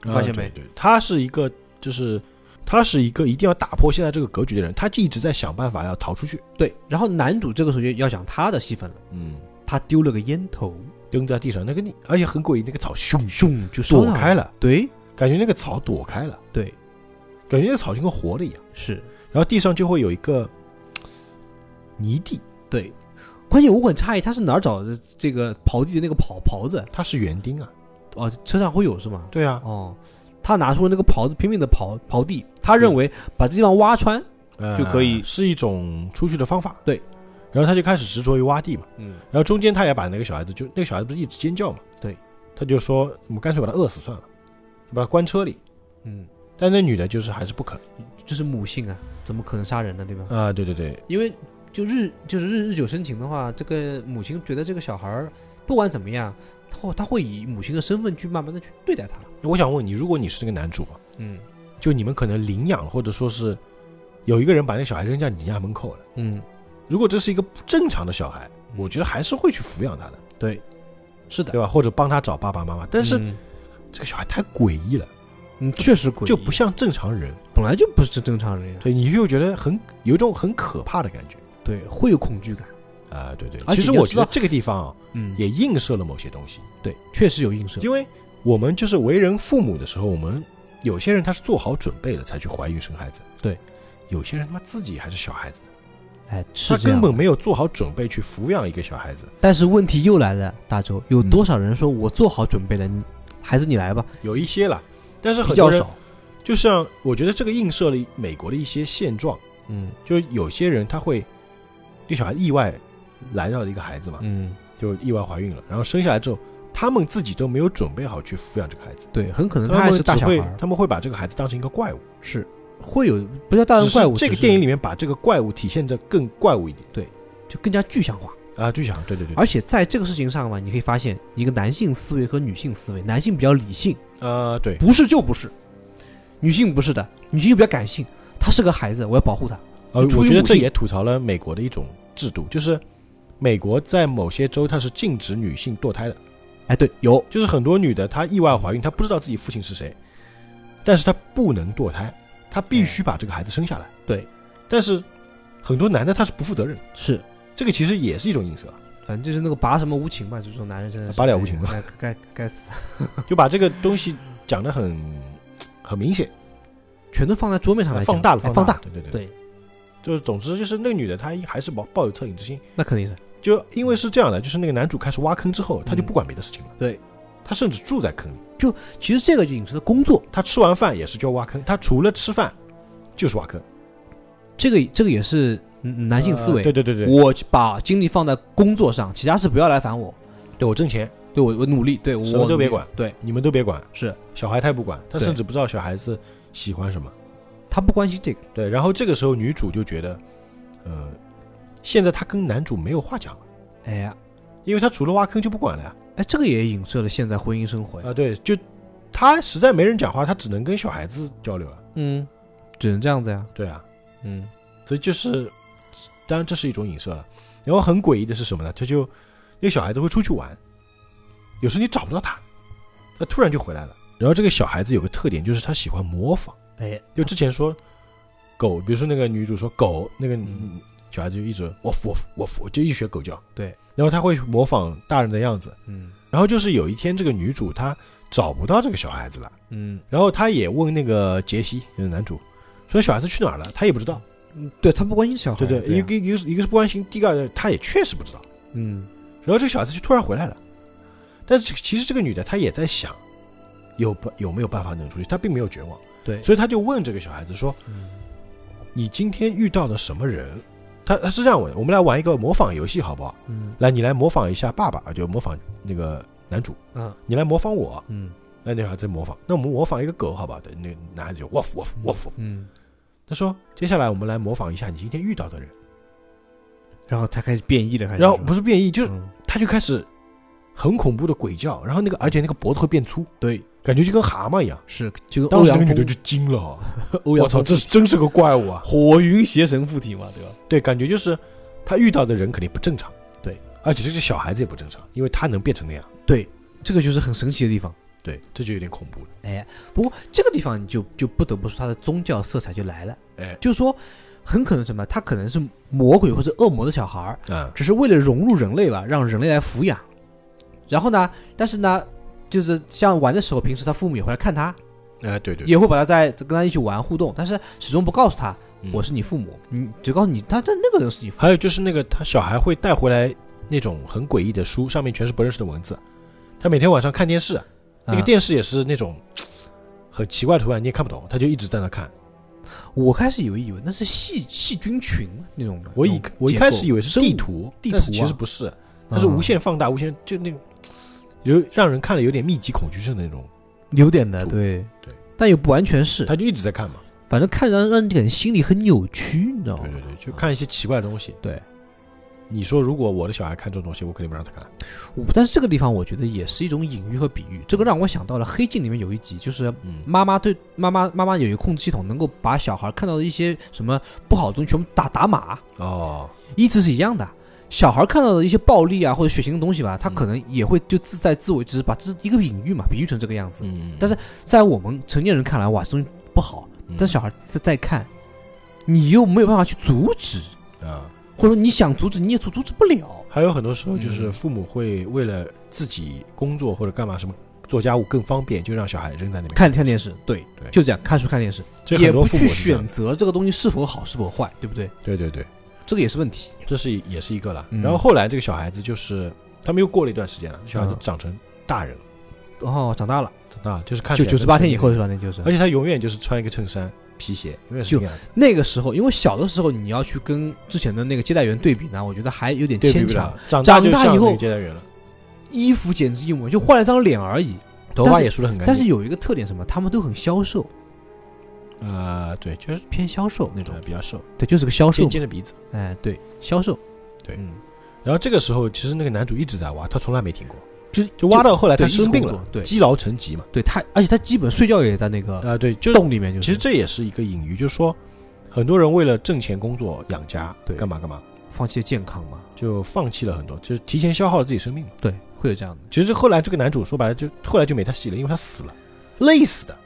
Speaker 1: 啊
Speaker 2: 发现没
Speaker 1: 对，对他是一个就是他是一个一定要打破现在这个格局的人，他就一直在想办法要逃出去。
Speaker 2: 对。然后男主这个时候就要讲他的戏份了，
Speaker 1: 嗯，
Speaker 2: 他丢了个烟头，
Speaker 1: 扔在地上那个你，而且很诡异，那个草咻啊
Speaker 2: 咻就烧
Speaker 1: 躲
Speaker 2: 了
Speaker 1: 开，了，
Speaker 2: 对
Speaker 1: 感觉那个草躲开了，
Speaker 2: 对
Speaker 1: 感觉那个草就跟活的一样。
Speaker 2: 是，
Speaker 1: 然后地上就会有一个泥地，
Speaker 2: 对。关键我很诧异，他是哪儿找的这个刨地的那个刨刨子？
Speaker 1: 它是园丁啊，
Speaker 2: 哦，车上会有是吗？
Speaker 1: 对啊，
Speaker 2: 哦，他拿出了那个刨子，拼命的刨刨地，他认为把这地方挖穿，
Speaker 1: 呃
Speaker 2: 就可以
Speaker 1: 是一种出去的方法。
Speaker 2: 对，
Speaker 1: 然后他就开始执着于挖地嘛，
Speaker 2: 嗯，
Speaker 1: 然后中间他也把那个小孩子就那个小孩子不是一直尖叫嘛，
Speaker 2: 对，
Speaker 1: 他就说我们干脆把他饿死算了，就把他关车里。
Speaker 2: 嗯，
Speaker 1: 但那女的就是还是不肯
Speaker 2: 就是母性啊，怎么可能杀人呢？对吧？
Speaker 1: 啊、对对对，
Speaker 2: 因为就日就是日日久生情的话，这个母亲觉得这个小孩儿不管怎么样，他会他会以母亲的身份去慢慢的去对待他。
Speaker 1: 我想问你，如果你是那个男主嘛，
Speaker 2: 嗯
Speaker 1: 就你们可能领养或者说是有一个人把那个小孩扔在你家门口了，
Speaker 2: 嗯，
Speaker 1: 如果这是一个不正常的小孩，我觉得还是会去抚养他的，
Speaker 2: 对，是的。
Speaker 1: 对吧？或者帮他找爸爸妈妈。但是
Speaker 2: 嗯，
Speaker 1: 这个小孩太诡异了，
Speaker 2: 嗯确实诡异，
Speaker 1: 就不像正常人，
Speaker 2: 本来就不是正常人呀。
Speaker 1: 对你又觉得很有一种很可怕的感觉
Speaker 2: 对，会有恐惧感。
Speaker 1: 啊、对对。
Speaker 2: 而且
Speaker 1: 其实
Speaker 2: 你要
Speaker 1: 我觉得
Speaker 2: 知道
Speaker 1: 这个地方啊，
Speaker 2: 嗯也
Speaker 1: 也映射了某些东西，
Speaker 2: 对，确实有映射。
Speaker 1: 因为我们就是为人父母的时候，我们有些人他是做好准备了才去怀孕生孩子，
Speaker 2: 对，
Speaker 1: 有些人他妈自己还是小孩子。
Speaker 2: 哎，是
Speaker 1: 他
Speaker 2: 这样
Speaker 1: 根
Speaker 2: 的
Speaker 1: 本没有做好准备去抚养一个小孩子。
Speaker 2: 但是问题又来了，大
Speaker 1: 嗯
Speaker 2: 周，有多少人说我做好准备了？你孩子你来吧，
Speaker 1: 有一些啦，但是
Speaker 2: 比
Speaker 1: 很
Speaker 2: 较
Speaker 1: 多人
Speaker 2: 少。
Speaker 1: 就像我觉得这个映射了美国的一些现状，
Speaker 2: 嗯
Speaker 1: 就有些人他会对小孩意外来到了一个孩子嘛，
Speaker 2: 嗯，
Speaker 1: 就意外怀孕了，然后生下来之后，他们自己都没有准备好去抚养这个孩子，
Speaker 2: 对，很可能他
Speaker 1: 他
Speaker 2: 还
Speaker 1: 们
Speaker 2: 是大
Speaker 1: 只
Speaker 2: 小孩
Speaker 1: 会
Speaker 2: 儿，
Speaker 1: 他们会把这个孩子当成一个怪物，
Speaker 2: 是会有不叫大人
Speaker 1: 只是
Speaker 2: 呃怪物，
Speaker 1: 这个
Speaker 2: 只是
Speaker 1: 电影里面把这个怪物体现的更怪物一点
Speaker 2: 就更加具象化。
Speaker 1: 啊，就想对对对，
Speaker 2: 而且在这个事情上嘛，你可以发现一个男性思维和女性思维，男性比较理性，
Speaker 1: 呃对，
Speaker 2: 不是就不是；女性不是的，女性就比较感性。她是个孩子，我要保护她。
Speaker 1: 呃，
Speaker 2: 出
Speaker 1: 我
Speaker 2: 于
Speaker 1: 觉得
Speaker 2: 母
Speaker 1: 这
Speaker 2: 性
Speaker 1: 也吐槽了美国的一种制度，就是美国在某些州它是禁止女性堕胎的，
Speaker 2: 哎，对，有
Speaker 1: 就是很多女的她意外怀孕，她不知道自己父亲是谁，但是她不能堕胎，她必须把这个孩子生下来。
Speaker 2: 对，
Speaker 1: 但是很多男的他是不负责任的，
Speaker 2: 是，
Speaker 1: 这个其实也是一种映射，
Speaker 2: 反正就是那个拔什么无情嘛，就是说男人真的是
Speaker 1: 拔了无情嘛
Speaker 2: 哎该该该死，
Speaker 1: 就把这个东西讲得很很明显，
Speaker 2: 全都放在桌面上来讲
Speaker 1: 放大了，
Speaker 2: 哎
Speaker 1: 大
Speaker 2: 放
Speaker 1: 了，
Speaker 2: 大，
Speaker 1: 对对对，
Speaker 2: 对，
Speaker 1: 就是总之就是那个女的她还是抱抱有恻隐之心，
Speaker 2: 那肯定是
Speaker 1: 就因为是这样的，就是那个男主开始挖坑之后，他就
Speaker 2: 嗯
Speaker 1: 不管别的事情了，
Speaker 2: 对
Speaker 1: 他甚至住在坑里。
Speaker 2: 其实这个就影射的工作，
Speaker 1: 他吃完饭也是就挖坑，他除了吃饭就是挖坑，
Speaker 2: 这个这个也是嗯男性思维。
Speaker 1: 呃对对对对，
Speaker 2: 我把精力放在工作上，其他事不要来烦我。
Speaker 1: 对我挣钱，
Speaker 2: 对我，我努力，对我
Speaker 1: 什么都别
Speaker 2: 努力
Speaker 1: 管。
Speaker 2: 对，
Speaker 1: 你们都别管，
Speaker 2: 是
Speaker 1: 小孩他也不管，他
Speaker 2: 对
Speaker 1: 甚至不知道小孩子喜欢什么。
Speaker 2: 他不关心这个。
Speaker 1: 对，然后这个时候女主就觉得，呃，现在她跟男主没有话讲了，
Speaker 2: 哎呀，
Speaker 1: 因为她除了挖坑就不管了呀。
Speaker 2: 哎，这个也影射了现在婚姻生活
Speaker 1: 啊、
Speaker 2: 呀。
Speaker 1: 对，就她实在没人讲话，她只能跟小孩子交流啊。
Speaker 2: 嗯，只能这样子呀。
Speaker 1: 对啊，
Speaker 2: 嗯，
Speaker 1: 所以就是，当然这是一种影射了。然后很诡异的是什么呢？他就那个小孩子会出去玩，有时候你找不到他，他突然就回来了。然后这个小孩子有个特点，就是他喜欢模仿。
Speaker 2: 哎，
Speaker 1: 就之前说狗，比如说那个女主说狗，那个
Speaker 2: 嗯
Speaker 1: 小孩子就一直我我我我就一直学狗叫。
Speaker 2: 对，
Speaker 1: 然后他会模仿大人的样子。
Speaker 2: 嗯
Speaker 1: 然后就是有一天，这个女主她找不到这个小孩子了，
Speaker 2: 嗯
Speaker 1: 然后她也问那个杰西，就是男主，说小孩子去哪儿了，他也不知道。
Speaker 2: 嗯，对啊他不关心小孩。
Speaker 1: 对对，一
Speaker 2: 呀
Speaker 1: 个一个是一个是不关心，第二个他也确实不知道。
Speaker 2: 嗯，
Speaker 1: 然后这个小孩子就突然回来了，但是这个其实这个女的她也在想，有不有没有办法能出去？她并没有绝望，
Speaker 2: 对
Speaker 1: 所以她就问这个小孩子说
Speaker 2: 嗯：“
Speaker 1: 你今天遇到了什么人？他他是这样问，我们来玩一个模仿游戏好不好？
Speaker 2: 嗯
Speaker 1: 来，你来模仿一下爸爸，就模仿那个男主，
Speaker 2: 嗯
Speaker 1: 你来模仿我，
Speaker 2: 嗯
Speaker 1: 那你还真模仿。那我们模仿一个狗好不好？对那个男孩子就 woof woof woof。
Speaker 2: 嗯，
Speaker 1: 他说，接下来我们来模仿一下你今天遇到的人，
Speaker 2: 然后他开始变异了，开始
Speaker 1: 然后
Speaker 2: 哎是吧
Speaker 1: 不是变异，就是
Speaker 2: 嗯
Speaker 1: 他就开始很恐怖的鬼叫，然后那个而且那个脖子会变粗，
Speaker 2: 对，
Speaker 1: 感觉就跟蛤蟆一样。
Speaker 2: 是就跟
Speaker 1: 当
Speaker 2: 欧
Speaker 1: 时那
Speaker 2: 阳
Speaker 1: 个女
Speaker 2: 锋
Speaker 1: 的就惊了啊，
Speaker 2: 欧
Speaker 1: 我
Speaker 2: 阳
Speaker 1: 操，
Speaker 2: 锋
Speaker 1: 这是真是个怪物啊！
Speaker 2: 火云邪神附体嘛，对吧？
Speaker 1: 对，感觉就是他遇到的人肯定不正常，
Speaker 2: 对，
Speaker 1: 而且这个小孩子也不正常，因为他能变成那样，
Speaker 2: 这个就是很神奇的地方。
Speaker 1: 对，这就有点恐怖了。
Speaker 2: 哎，不过这个地方你就就不得不说它的宗教色彩就来了，
Speaker 1: 哎，
Speaker 2: 就是说很可能什么，他可能是魔鬼或者恶魔的小孩儿，
Speaker 1: 啊、
Speaker 2: 只是为了融入人类吧，让人类来抚养。然后呢，但是呢，就是像玩的时候，平时他父母也会来看他，
Speaker 1: 哎、对对，
Speaker 2: 也会把他在跟他一起玩互动，但是始终不告诉他
Speaker 1: 嗯
Speaker 2: 我是你父母，你只告诉你他他那个人是你父母。
Speaker 1: 还有就是那个他小孩会带回来那种很诡异的书，上面全是不认识的文字。他每天晚上看电视，那个
Speaker 2: 啊
Speaker 1: 电视也是那种嘖很奇怪的图案，你也看不懂，他就一直在那看。
Speaker 2: 我开始以为以为那是细细菌群那种的，
Speaker 1: 我以
Speaker 2: 那种
Speaker 1: 我一
Speaker 2: 结
Speaker 1: 开
Speaker 2: 构
Speaker 1: 始以为是
Speaker 2: 生物
Speaker 1: 地图，
Speaker 2: 地
Speaker 1: 但是
Speaker 2: 图
Speaker 1: 其实
Speaker 2: 啊
Speaker 1: 不是，它是无限放大、无限就那种嘖有让人看了有点密集恐惧症的那种，
Speaker 2: 有点的，
Speaker 1: 图
Speaker 2: 对
Speaker 1: 对，
Speaker 2: 但又不完全是，
Speaker 1: 他就一直在看嘛。
Speaker 2: 反正看着让让你感觉心里很扭曲，你知道吗
Speaker 1: 对？对对，就看一些奇怪的东西。
Speaker 2: 对，
Speaker 1: 你说如果我的小孩看这种东西，我肯定不让他看。
Speaker 2: 我但是这个地方我觉得也是一种隐喻和比喻，这个让我想到了《黑镜》里面有一集，就是
Speaker 1: 嗯，
Speaker 2: 妈妈对妈妈妈妈有一个控制系统，能够把小孩看到的一些什么不好的东西全部打打码，
Speaker 1: 哦，
Speaker 2: 意思是一样的。小孩看到的一些暴力啊或者血腥的东西吧，
Speaker 1: 嗯
Speaker 2: 他可能也会就自在自为之，把这一个隐喻嘛，比喻成这个样子。
Speaker 1: 嗯，
Speaker 2: 但是在我们成年人看来，哇，这东西不好，
Speaker 1: 嗯
Speaker 2: 但小孩在在看，你又没有办法去阻止，
Speaker 1: 啊，
Speaker 2: 或者说你想阻止你也阻阻止不了。
Speaker 1: 还有很多时候就是
Speaker 2: 嗯
Speaker 1: 父母会为了自己工作或者干嘛什么做家务更方便，就让小孩扔在那边。
Speaker 2: 看看电视，对，
Speaker 1: 对
Speaker 2: 就这样，看书看电视，
Speaker 1: 这
Speaker 2: 也
Speaker 1: 很多
Speaker 2: 不
Speaker 1: 父
Speaker 2: 去
Speaker 1: 母是这样
Speaker 2: 选择这个东西是否好是否坏，对不对？
Speaker 1: 对对对，
Speaker 2: 这个也是问题。
Speaker 1: 这是也是一个了。
Speaker 2: 嗯
Speaker 1: 然后后来这个小孩子就是他们又过了一段时间了，小孩子
Speaker 2: 嗯
Speaker 1: 长成大人了，
Speaker 2: 哦，长大了，
Speaker 1: 长大了啊就是看
Speaker 2: 就
Speaker 1: 起来
Speaker 2: 九十八
Speaker 1: 跟
Speaker 2: 天以后
Speaker 1: 成
Speaker 2: 是吧？那就是
Speaker 1: 年人，而且他永远就是穿一个衬衫、皮鞋，永远是这
Speaker 2: 就
Speaker 1: 个样子，
Speaker 2: 那个时候，因为小的时候你要去跟之前的那个接待员对比呢，我觉得还有点
Speaker 1: 对比
Speaker 2: 牵
Speaker 1: 不
Speaker 2: 强
Speaker 1: 了。。长
Speaker 2: 长
Speaker 1: 就
Speaker 2: 大
Speaker 1: 像
Speaker 2: 以
Speaker 1: 那个
Speaker 2: 后
Speaker 1: 接待员了，
Speaker 2: 衣服简直一模，就换了张脸而已。
Speaker 1: 头
Speaker 2: 但
Speaker 1: 发
Speaker 2: 是
Speaker 1: 也梳得很干
Speaker 2: 但
Speaker 1: 净。
Speaker 2: 是有一个特点什么，他们都很消瘦，
Speaker 1: 呃，对，就是
Speaker 2: 偏消瘦那种
Speaker 1: 呃。比较瘦，
Speaker 2: 对，就是个消瘦
Speaker 1: 尖
Speaker 2: 嘛。
Speaker 1: 尖的鼻子。
Speaker 2: 哎，对，消瘦。
Speaker 1: 对
Speaker 2: 嗯，
Speaker 1: 然后这个时候，其实那个男主一直在挖，他从来没停过，
Speaker 2: 就
Speaker 1: 就挖到后来他
Speaker 2: 对一直
Speaker 1: 生病
Speaker 2: 工
Speaker 1: 了
Speaker 2: 作，对
Speaker 1: 积劳成疾嘛。
Speaker 2: 对他，而且他基本睡觉也在那个
Speaker 1: 啊、对，就是
Speaker 2: 洞里面，就是
Speaker 1: 其实这也是一个隐喻，就是说，很多人为了挣钱、工作、养家，
Speaker 2: 对
Speaker 1: 干嘛干嘛，
Speaker 2: 放弃了健康嘛。
Speaker 1: 就放弃了很多，就是提前消耗了自己生命嘛。
Speaker 2: 对，会有这样的。
Speaker 1: 其实后来这个男主说白了就，后来就没他戏了，因为他死了，累死的。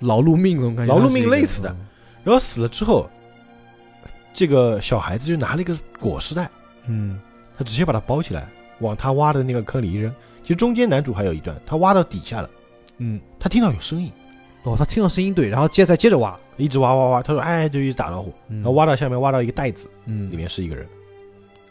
Speaker 2: 劳碌命这种感觉，
Speaker 1: 劳碌
Speaker 2: 它是一
Speaker 1: 命
Speaker 2: 个
Speaker 1: 累死的。然后死了之后，这个小孩子就拿了一个裹尸袋，
Speaker 2: 嗯，
Speaker 1: 他直接把它包起来，往他挖的那个坑里一扔。其实中间男主还有一段，他挖到底下了，
Speaker 2: 嗯，
Speaker 1: 他听到有声音，
Speaker 2: 哦，他听到声音对，然后接再接着挖，
Speaker 1: 一直挖挖挖，他说哎，就一直打老虎，
Speaker 2: 然
Speaker 1: 然后，挖到下面，挖到一个袋子，
Speaker 2: 嗯，
Speaker 1: 里面是一个人。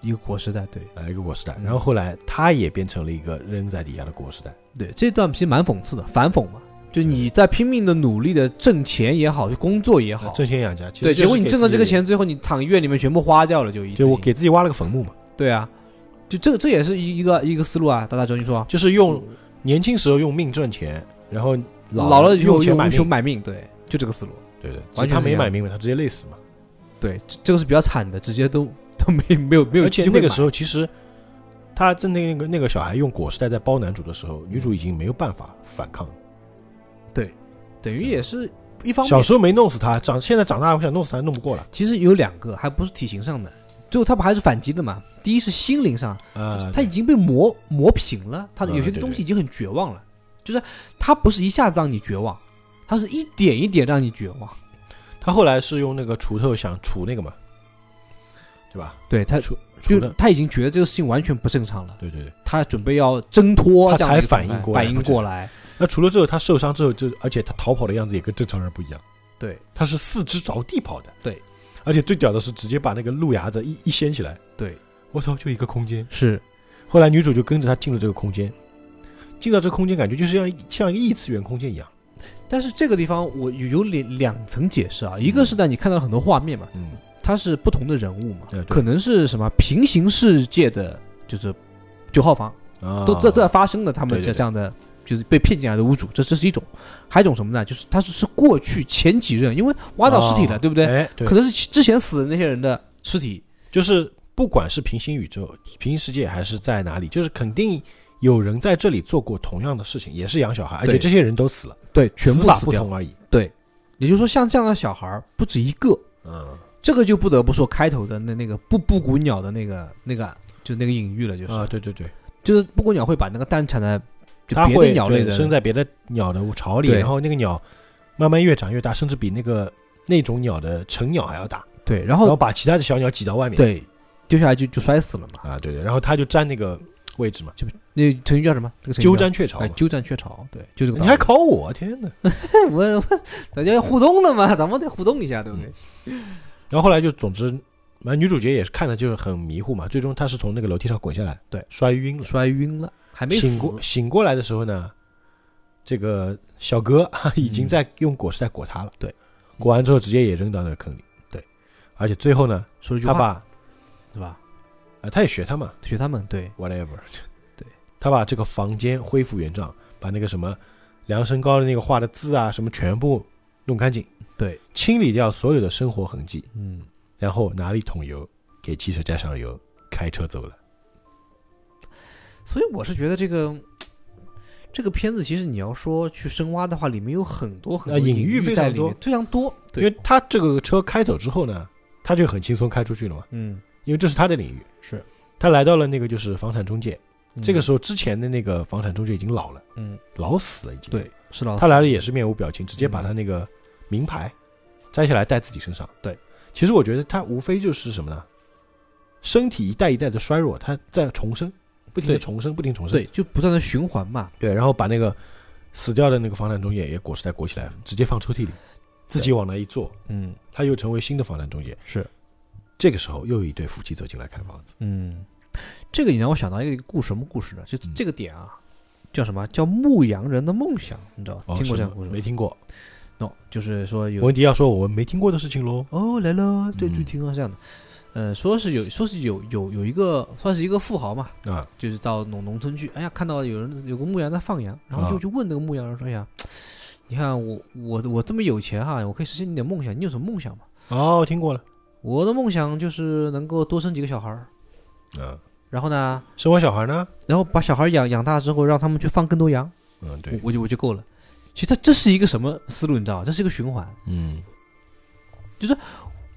Speaker 2: 一个果实袋，对
Speaker 1: 呃，一个果实袋，
Speaker 2: 嗯
Speaker 1: 然后后来他也变成了一个扔在底下的果实袋，
Speaker 2: 对，这段其实蛮讽刺的，反讽嘛，就你在拼命的努力的挣钱也好，就工作也好，
Speaker 1: 挣钱养家。其实
Speaker 2: 哦对，
Speaker 1: 就
Speaker 2: 结果
Speaker 1: 啊是
Speaker 2: 你
Speaker 1: 给
Speaker 2: 挣了
Speaker 1: 自己
Speaker 2: 这个，钱，最后你躺医院里面全部花掉了，就一次
Speaker 1: 就我
Speaker 2: 性
Speaker 1: 给自己挖了个坟墓嘛，
Speaker 2: 对啊，就这这也是一一个一个思路啊，大大周你说，
Speaker 1: 就是用年轻时候用命赚钱，然后
Speaker 2: 嗯老
Speaker 1: 了
Speaker 2: 了就
Speaker 1: 用钱买
Speaker 2: 无穷
Speaker 1: 命，
Speaker 2: 买命，对，就这个思路，
Speaker 1: 对对，其
Speaker 2: 完全
Speaker 1: 实他
Speaker 2: 是
Speaker 1: 没
Speaker 2: 这样
Speaker 1: 买命嘛，他直接累死嘛。
Speaker 2: 对，这这个是比较惨的，直接都 都没没有没有
Speaker 1: 而且
Speaker 2: 机会
Speaker 1: 那个
Speaker 2: 买
Speaker 1: 时候其实他正那个那个小孩用果实袋在包男主的时候，女主已经没有办法反抗了。
Speaker 2: 等于也是一方面
Speaker 1: 小时候没弄死他，长现在长大了我想弄死他弄不过了。
Speaker 2: 其实有两个，还不是体型上的。最后他不还是反击的嘛？第一是心灵上，
Speaker 1: 啊，
Speaker 2: 呃他已经被磨磨平了，他
Speaker 1: 嗯
Speaker 2: 有些
Speaker 1: 对对
Speaker 2: 东西已经很绝望
Speaker 1: 啊
Speaker 2: 了。就是他不是一下子让你绝望，他是一点一点让你绝望。
Speaker 1: 他后来是用那个锄头想锄那个嘛，对吧？
Speaker 2: 对他
Speaker 1: 锄锄
Speaker 2: 就
Speaker 1: 的，
Speaker 2: 他已经觉得这个事情完全不正常了，
Speaker 1: 对对对。
Speaker 2: 他准备要挣脱
Speaker 1: 他
Speaker 2: 这样的一
Speaker 1: 才
Speaker 2: 个
Speaker 1: 反
Speaker 2: 状
Speaker 1: 应
Speaker 2: 态
Speaker 1: 过来
Speaker 2: 反应过来。
Speaker 1: 那除了这个，他受伤之后就，而且他逃跑的样子也跟正常人不一样，
Speaker 2: 对
Speaker 1: 他是四肢着地跑的。
Speaker 2: 对，
Speaker 1: 而且最屌的是直接把那个路牙子一一掀起来，
Speaker 2: 对，
Speaker 1: 我操，就一个空间。
Speaker 2: 是
Speaker 1: 后来女主就跟着他进入这个空间，进到这个空间，感觉就是像一像一个异次元空间一样。
Speaker 2: 但是这个地方我有有两两层解释啊，一个是在你看到了很多画面嘛，
Speaker 1: 嗯，
Speaker 2: 他是不同的人物嘛
Speaker 1: 哎，对
Speaker 2: 可能是什么平行世界的，就是九号房
Speaker 1: 啊，
Speaker 2: 都这这发生了，他们
Speaker 1: 对对
Speaker 2: 这
Speaker 1: 对
Speaker 2: 这样的就是被骗进来的屋主，这这是一种，还有一种什么呢？就是他是是过去前几任，因为挖到尸体了，
Speaker 1: 哦
Speaker 2: 对不对？
Speaker 1: 哎，对
Speaker 2: 可，能是之前死的那些人的尸体，
Speaker 1: 就是不管是平行宇宙、平行世界还是在哪里，就是肯定有人在这里做过同样的事情，也是养小孩，而且
Speaker 2: 对
Speaker 1: 这些人都死了，
Speaker 2: 对，全
Speaker 1: 死
Speaker 2: 部
Speaker 1: 法
Speaker 2: 死
Speaker 1: 不
Speaker 2: 掉。
Speaker 1: 同而已。
Speaker 2: 也就是说，像这样的小孩儿不止一个，
Speaker 1: 嗯
Speaker 2: 这个就不得不说开头的那那个布布谷鸟的那个那个就那个隐喻了，就是、
Speaker 1: 啊，对对对，
Speaker 2: 就是布谷鸟会把那个蛋产的就
Speaker 1: 它
Speaker 2: 别的
Speaker 1: 会
Speaker 2: 鸟类的
Speaker 1: 对生在别的鸟的巢里，
Speaker 2: 对
Speaker 1: 然后那个鸟慢慢越长越大，甚至比那个那种鸟的成鸟还要大，
Speaker 2: 对，然
Speaker 1: 然
Speaker 2: 后
Speaker 1: 后把其他的小鸟挤到外面。
Speaker 2: 对丢下来就就摔死了嘛。
Speaker 1: 啊，对对，然后它就占那个位置嘛，
Speaker 2: 那成语叫什么？这个成语
Speaker 1: 鸠
Speaker 2: 叫
Speaker 1: 占鹊巢
Speaker 2: 哎
Speaker 1: 嘛。
Speaker 2: 鸠占鹊巢，对，就这个
Speaker 1: 你
Speaker 2: 道理。
Speaker 1: 还考我？天哪！
Speaker 2: 我我大家要互动的嘛，咱们得互动一下，对不对？
Speaker 1: 然后后来就，总之，反正女主角也是看的就是很迷糊嘛，最终她是从那个楼梯上滚下来，
Speaker 2: 对，
Speaker 1: 摔晕了。
Speaker 2: 摔晕了，还没
Speaker 1: 醒
Speaker 2: 死
Speaker 1: 过醒过来的时候呢，这个小哥 已经
Speaker 2: 嗯
Speaker 1: 在用果实在裹她了，
Speaker 2: 对，
Speaker 1: 裹完之后直接也扔到那个坑里，
Speaker 2: 对，
Speaker 1: 而且最后呢，
Speaker 2: 说了一句
Speaker 1: 他
Speaker 2: 话，
Speaker 1: 把
Speaker 2: 是吧？
Speaker 1: 呃他也学他嘛
Speaker 2: 学他们对，
Speaker 1: ，whatever，
Speaker 2: 对，
Speaker 1: 他把这个房间恢复原状，把那个什么量身高的那个画的字啊什么全部弄干净，
Speaker 2: 对，
Speaker 1: 清理掉所有的生活痕迹，
Speaker 2: 嗯，
Speaker 1: 然后拿了一桶油给汽车加上油，开车走了。
Speaker 2: 所以我是觉得这个这个片子，其实你要说去深挖的话，里面有很多很
Speaker 1: 啊
Speaker 2: 多
Speaker 1: 隐喻
Speaker 2: 喻
Speaker 1: 非
Speaker 2: 在
Speaker 1: 常
Speaker 2: 里
Speaker 1: 多
Speaker 2: 面，非常多。
Speaker 1: 因
Speaker 2: 对，
Speaker 1: 为他这个车开走之后呢，他就很轻松开出去了嘛，
Speaker 2: 嗯，
Speaker 1: 因为这是他的领域。
Speaker 2: 是
Speaker 1: 他来到了那个就是房产中介，这个时
Speaker 2: 候，
Speaker 1: 候之前的那个房产中介已经老了，
Speaker 2: 嗯，
Speaker 1: 老死了已经。，
Speaker 2: 对，是老
Speaker 1: 他来了
Speaker 2: 了嗯
Speaker 1: 也是面无表情，直接把他那个名牌摘下来戴自己身上。
Speaker 2: 对，
Speaker 1: 其实我觉得他无非就是什么呢？身体一代一代的衰弱，他在重生，不停的
Speaker 2: 对
Speaker 1: 重生，不停地重生。
Speaker 2: 对，就不断的循环嘛。
Speaker 1: 对，然后把那个死掉的那个防弹中介也裹尸袋裹起来，直接放抽屉里，自己往那一坐，
Speaker 2: 嗯，
Speaker 1: 他又成为新的防弹中介。
Speaker 2: 是，
Speaker 1: 这个时候又有一对夫妻走进来看房子，
Speaker 2: 嗯，这个你让我想到一个故事，什么故事呢？就
Speaker 1: 嗯
Speaker 2: 这个点啊，叫什么？叫牧羊人的梦想，你知道吧？
Speaker 1: 哦
Speaker 2: 听过
Speaker 1: 是
Speaker 2: 这样
Speaker 1: 吗
Speaker 2: 故事吗
Speaker 1: 没听过？
Speaker 2: ？no，就是说有
Speaker 1: 文迪要说我们没听过的事情喽。
Speaker 2: 哦来了，对，就
Speaker 1: 嗯
Speaker 2: 听到啊这样的，呃，说是有，说是有有有一个算是一个富豪嘛，
Speaker 1: 啊，
Speaker 2: 就是到农农村去，哎呀，看到有人有个牧羊在放羊，然后就
Speaker 1: 啊
Speaker 2: 就问那个牧羊人说：“哎呀，你看我我我这么有钱哈，我可以实现你的梦想，你有什么梦想吗
Speaker 1: 哦，听过了。？”
Speaker 2: 我的梦想就是能够多生几个小孩儿，
Speaker 1: 啊，
Speaker 2: 然后呢，
Speaker 1: 生完小孩呢？
Speaker 2: 然后把小孩养养大之后，让他们去放更多羊，
Speaker 1: 嗯，
Speaker 2: 我
Speaker 1: 对，
Speaker 2: 我就我就够了。其实它这是一个什么思路，你知道吧？这是一个循环。
Speaker 1: 嗯，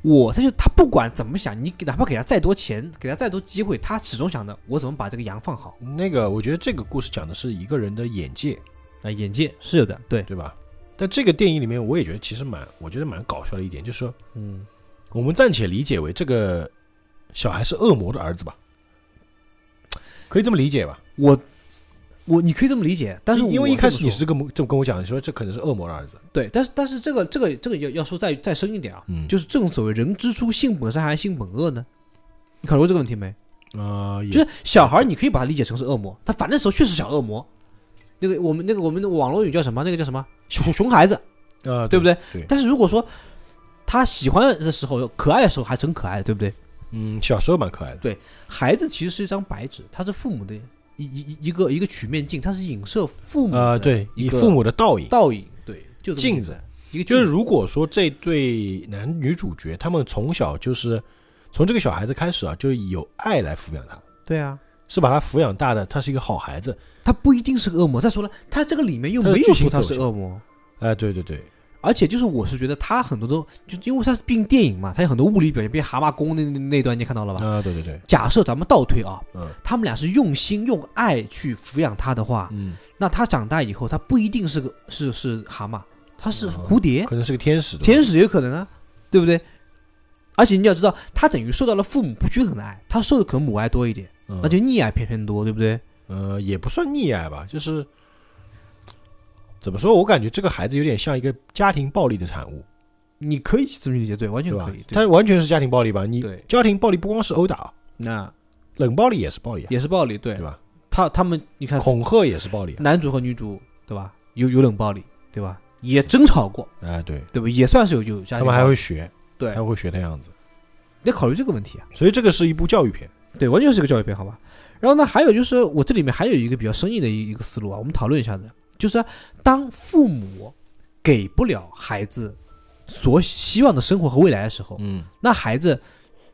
Speaker 2: 我他就他不管怎么想，你给哪怕给他再多钱，给他再多机会，他始终想着我怎么把这个羊放好。
Speaker 1: 嗯那个我觉得这个故事讲的是一个人的眼界，
Speaker 2: 啊、眼界是有的，对，
Speaker 1: 对吧？但这个电影里面，我也觉得其实蛮，我觉得蛮搞笑的一点，就是说
Speaker 2: 嗯，
Speaker 1: 我们暂且理解为这个小孩是恶魔的儿子吧，可以这么理解吧？
Speaker 2: 我我你可以这么理解，但是
Speaker 1: 因因为
Speaker 2: 我
Speaker 1: 一开
Speaker 2: 这
Speaker 1: 始
Speaker 2: 么
Speaker 1: 你
Speaker 2: 说
Speaker 1: 是跟我这么跟我讲，你说这可能是恶魔的儿子，
Speaker 2: 对，但是但是这个这个这个要要说再再深一点啊，
Speaker 1: 嗯
Speaker 2: 就是这种所谓人之初性本善还是性本恶呢？你考虑过这个问题没？
Speaker 1: 啊，
Speaker 2: 就是小孩，你可以把他理解成是恶魔，他反正时候确实小恶魔。那个我们那个我们的网络语叫什么？那个叫什么？熊熊孩子，
Speaker 1: 啊，
Speaker 2: 呃对不对？
Speaker 1: 对
Speaker 2: 但是如果说他喜欢的时候，可爱的时候还真可爱，对不对？
Speaker 1: 嗯，小时候蛮可爱的，
Speaker 2: 孩子其实是一张白纸，他是父母的一一一一个一个曲面镜，他是影射父母
Speaker 1: 啊，
Speaker 2: 的
Speaker 1: 对，以
Speaker 2: 一个
Speaker 1: 父母的倒影。
Speaker 2: 倒影，对，就这么
Speaker 1: 镜
Speaker 2: 简
Speaker 1: 子
Speaker 2: 单，一个
Speaker 1: 就是
Speaker 2: 镜子
Speaker 1: 如果说这对男女主角他们从小就是从这个小孩子开始啊，就有爱来抚养他，
Speaker 2: 对啊，
Speaker 1: 是把他抚养大的，他是一个好孩子。
Speaker 2: 他不一定是个恶魔。再说了，他这个里面又
Speaker 1: 他的
Speaker 2: 没
Speaker 1: 剧
Speaker 2: 有
Speaker 1: 情
Speaker 2: 说他
Speaker 1: 走
Speaker 2: 是
Speaker 1: 向
Speaker 2: 恶魔，
Speaker 1: 哎，对对对，
Speaker 2: 而且就是我是觉得他很多都就因为他是毕竟电影嘛，他有很多物理表现，比如蛤蟆功那那那段你也看到了吧？
Speaker 1: 啊，对对对，
Speaker 2: 假设咱们倒推啊，
Speaker 1: 嗯
Speaker 2: 他们俩是用心用爱去抚养他的话，
Speaker 1: 嗯，
Speaker 2: 那他长大以后，他不一定是个是是蛤蟆，他是
Speaker 1: 嗯
Speaker 2: 蝴蝶、
Speaker 1: 可能是个天使，
Speaker 2: 哎天使也有可能啊，对不对？而且你要知道，他等于受到了父母不均衡的爱，他受的可能母爱多一点，
Speaker 1: 那
Speaker 2: 那就溺爱偏偏多，对不对？
Speaker 1: 呃也不算溺爱吧，就是怎么说，我感觉这个孩子有点像一个家庭暴力的产物，
Speaker 2: 你可以这么理解，对，完
Speaker 1: 对
Speaker 2: 全
Speaker 1: 吧
Speaker 2: 可以。？对
Speaker 1: 他完全是家庭暴力吧？你
Speaker 2: 对
Speaker 1: 家庭暴力不光是殴打啊，
Speaker 2: 那
Speaker 1: 冷暴力也是暴力啊，
Speaker 2: 也是暴力，对
Speaker 1: 对吧？
Speaker 2: 他他们你看
Speaker 1: 恐吓也是暴力啊，
Speaker 2: 男主和女主，对吧？有有冷暴力，对吧？也争吵过，
Speaker 1: 哎，对，
Speaker 2: 对吧？也算是有有家
Speaker 1: 他们
Speaker 2: 庭暴力，
Speaker 1: 还会学，
Speaker 2: 对
Speaker 1: 还会学的样子。
Speaker 2: 你得考虑这个问题啊。
Speaker 1: 所以这个是一部教育片。
Speaker 2: 对，完全是个教育片，好吧？然后呢，还有就是我这里面还有一个比较生硬的一一个思路啊，我们讨论一下的，就是当父母给不了孩子所希望的生活和未来的时候，
Speaker 1: 嗯，
Speaker 2: 那孩子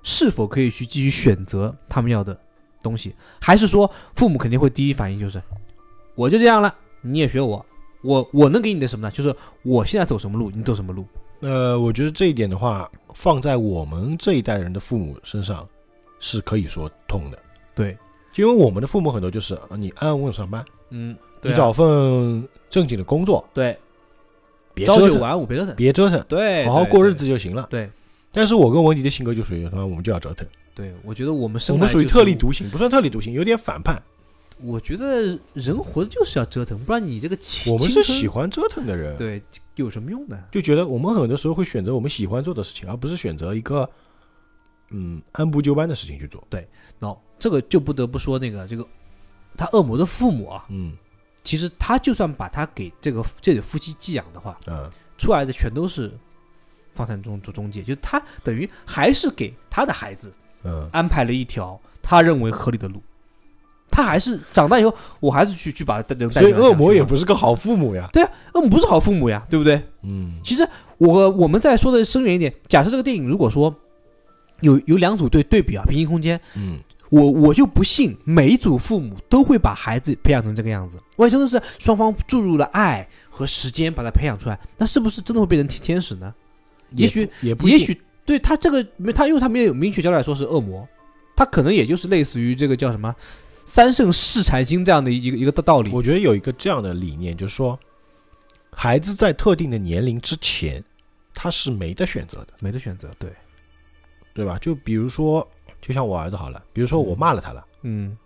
Speaker 2: 是否可以去继续选择他们要的东西，还是说父母肯定会第一反应就是，我就这样了，你也学我，我我能给你的什么呢？就是我现在走什么路，你走什么路。
Speaker 1: 呃，我觉得这一点的话，放在我们这一代人的父母身上是可以说通的，
Speaker 2: 对，
Speaker 1: 因为我们的父母很多就是啊你安安稳稳上班，
Speaker 2: 嗯，
Speaker 1: 你找份正经的工作，
Speaker 2: 对，
Speaker 1: 别
Speaker 2: 朝
Speaker 1: 折
Speaker 2: 九
Speaker 1: 腾，
Speaker 2: 晚五别折腾，
Speaker 1: 别折腾，
Speaker 2: 对，
Speaker 1: 好好
Speaker 2: 哎对
Speaker 1: 过日。子就行了。
Speaker 2: 对
Speaker 1: 但是我跟文迪的性格就属于他妈我们就要折腾，
Speaker 2: 对，对我觉得我们生
Speaker 1: 我们
Speaker 2: 来
Speaker 1: 属于
Speaker 2: 就是
Speaker 1: 特立独行，不算特立独行，有点反叛。
Speaker 2: 我觉得人活着就是要折腾，不然你这个青
Speaker 1: 我们是
Speaker 2: 青春
Speaker 1: 喜欢折腾的人，
Speaker 2: 对有什么用呢？
Speaker 1: 就觉得我们很多时候会选择我们喜欢做的事情，而不是选择一个嗯按部就班的事情去做。
Speaker 2: no, 这个就不得不说那个这个他恶魔的父母啊，
Speaker 1: 嗯
Speaker 2: 其实他就算把他给这个这对夫妻寄养的话，
Speaker 1: 啊，
Speaker 2: 出来的全都是房产中中中介，就是他等于还是给他的孩子
Speaker 1: 嗯，
Speaker 2: 安排了一条他认为合理的路。他还是长大以后，我还是去去把他带
Speaker 1: 所以恶魔也
Speaker 2: 带
Speaker 1: 不是个好父 母呀。
Speaker 2: 恶魔不是好父母呀，对不对？
Speaker 1: 嗯
Speaker 2: 其实我我们再说的深远一点，假设这个电影如果说有有两组对对比啊，平行空间，
Speaker 1: 嗯，
Speaker 2: 我我就不信每一组父母都会把孩子培养成这个样子。万一真的是双方注入了爱和时间把他培养出来，那是不是真的会变成天天使呢？也许
Speaker 1: 也不
Speaker 2: 也
Speaker 1: 一定
Speaker 2: 许对他这个没他，因为他没有明确交代说是恶魔，他可能也就是类似于这个叫什么三圣试禅心这样的一个一个道理。
Speaker 1: 我觉得有一个这样的理念，就是说，孩子在特定的年龄之前，他是没得选择的，
Speaker 2: 没得选择，对，
Speaker 1: 对吧？就比如说，就像我儿子好了，比如说我骂了他了，
Speaker 2: 嗯，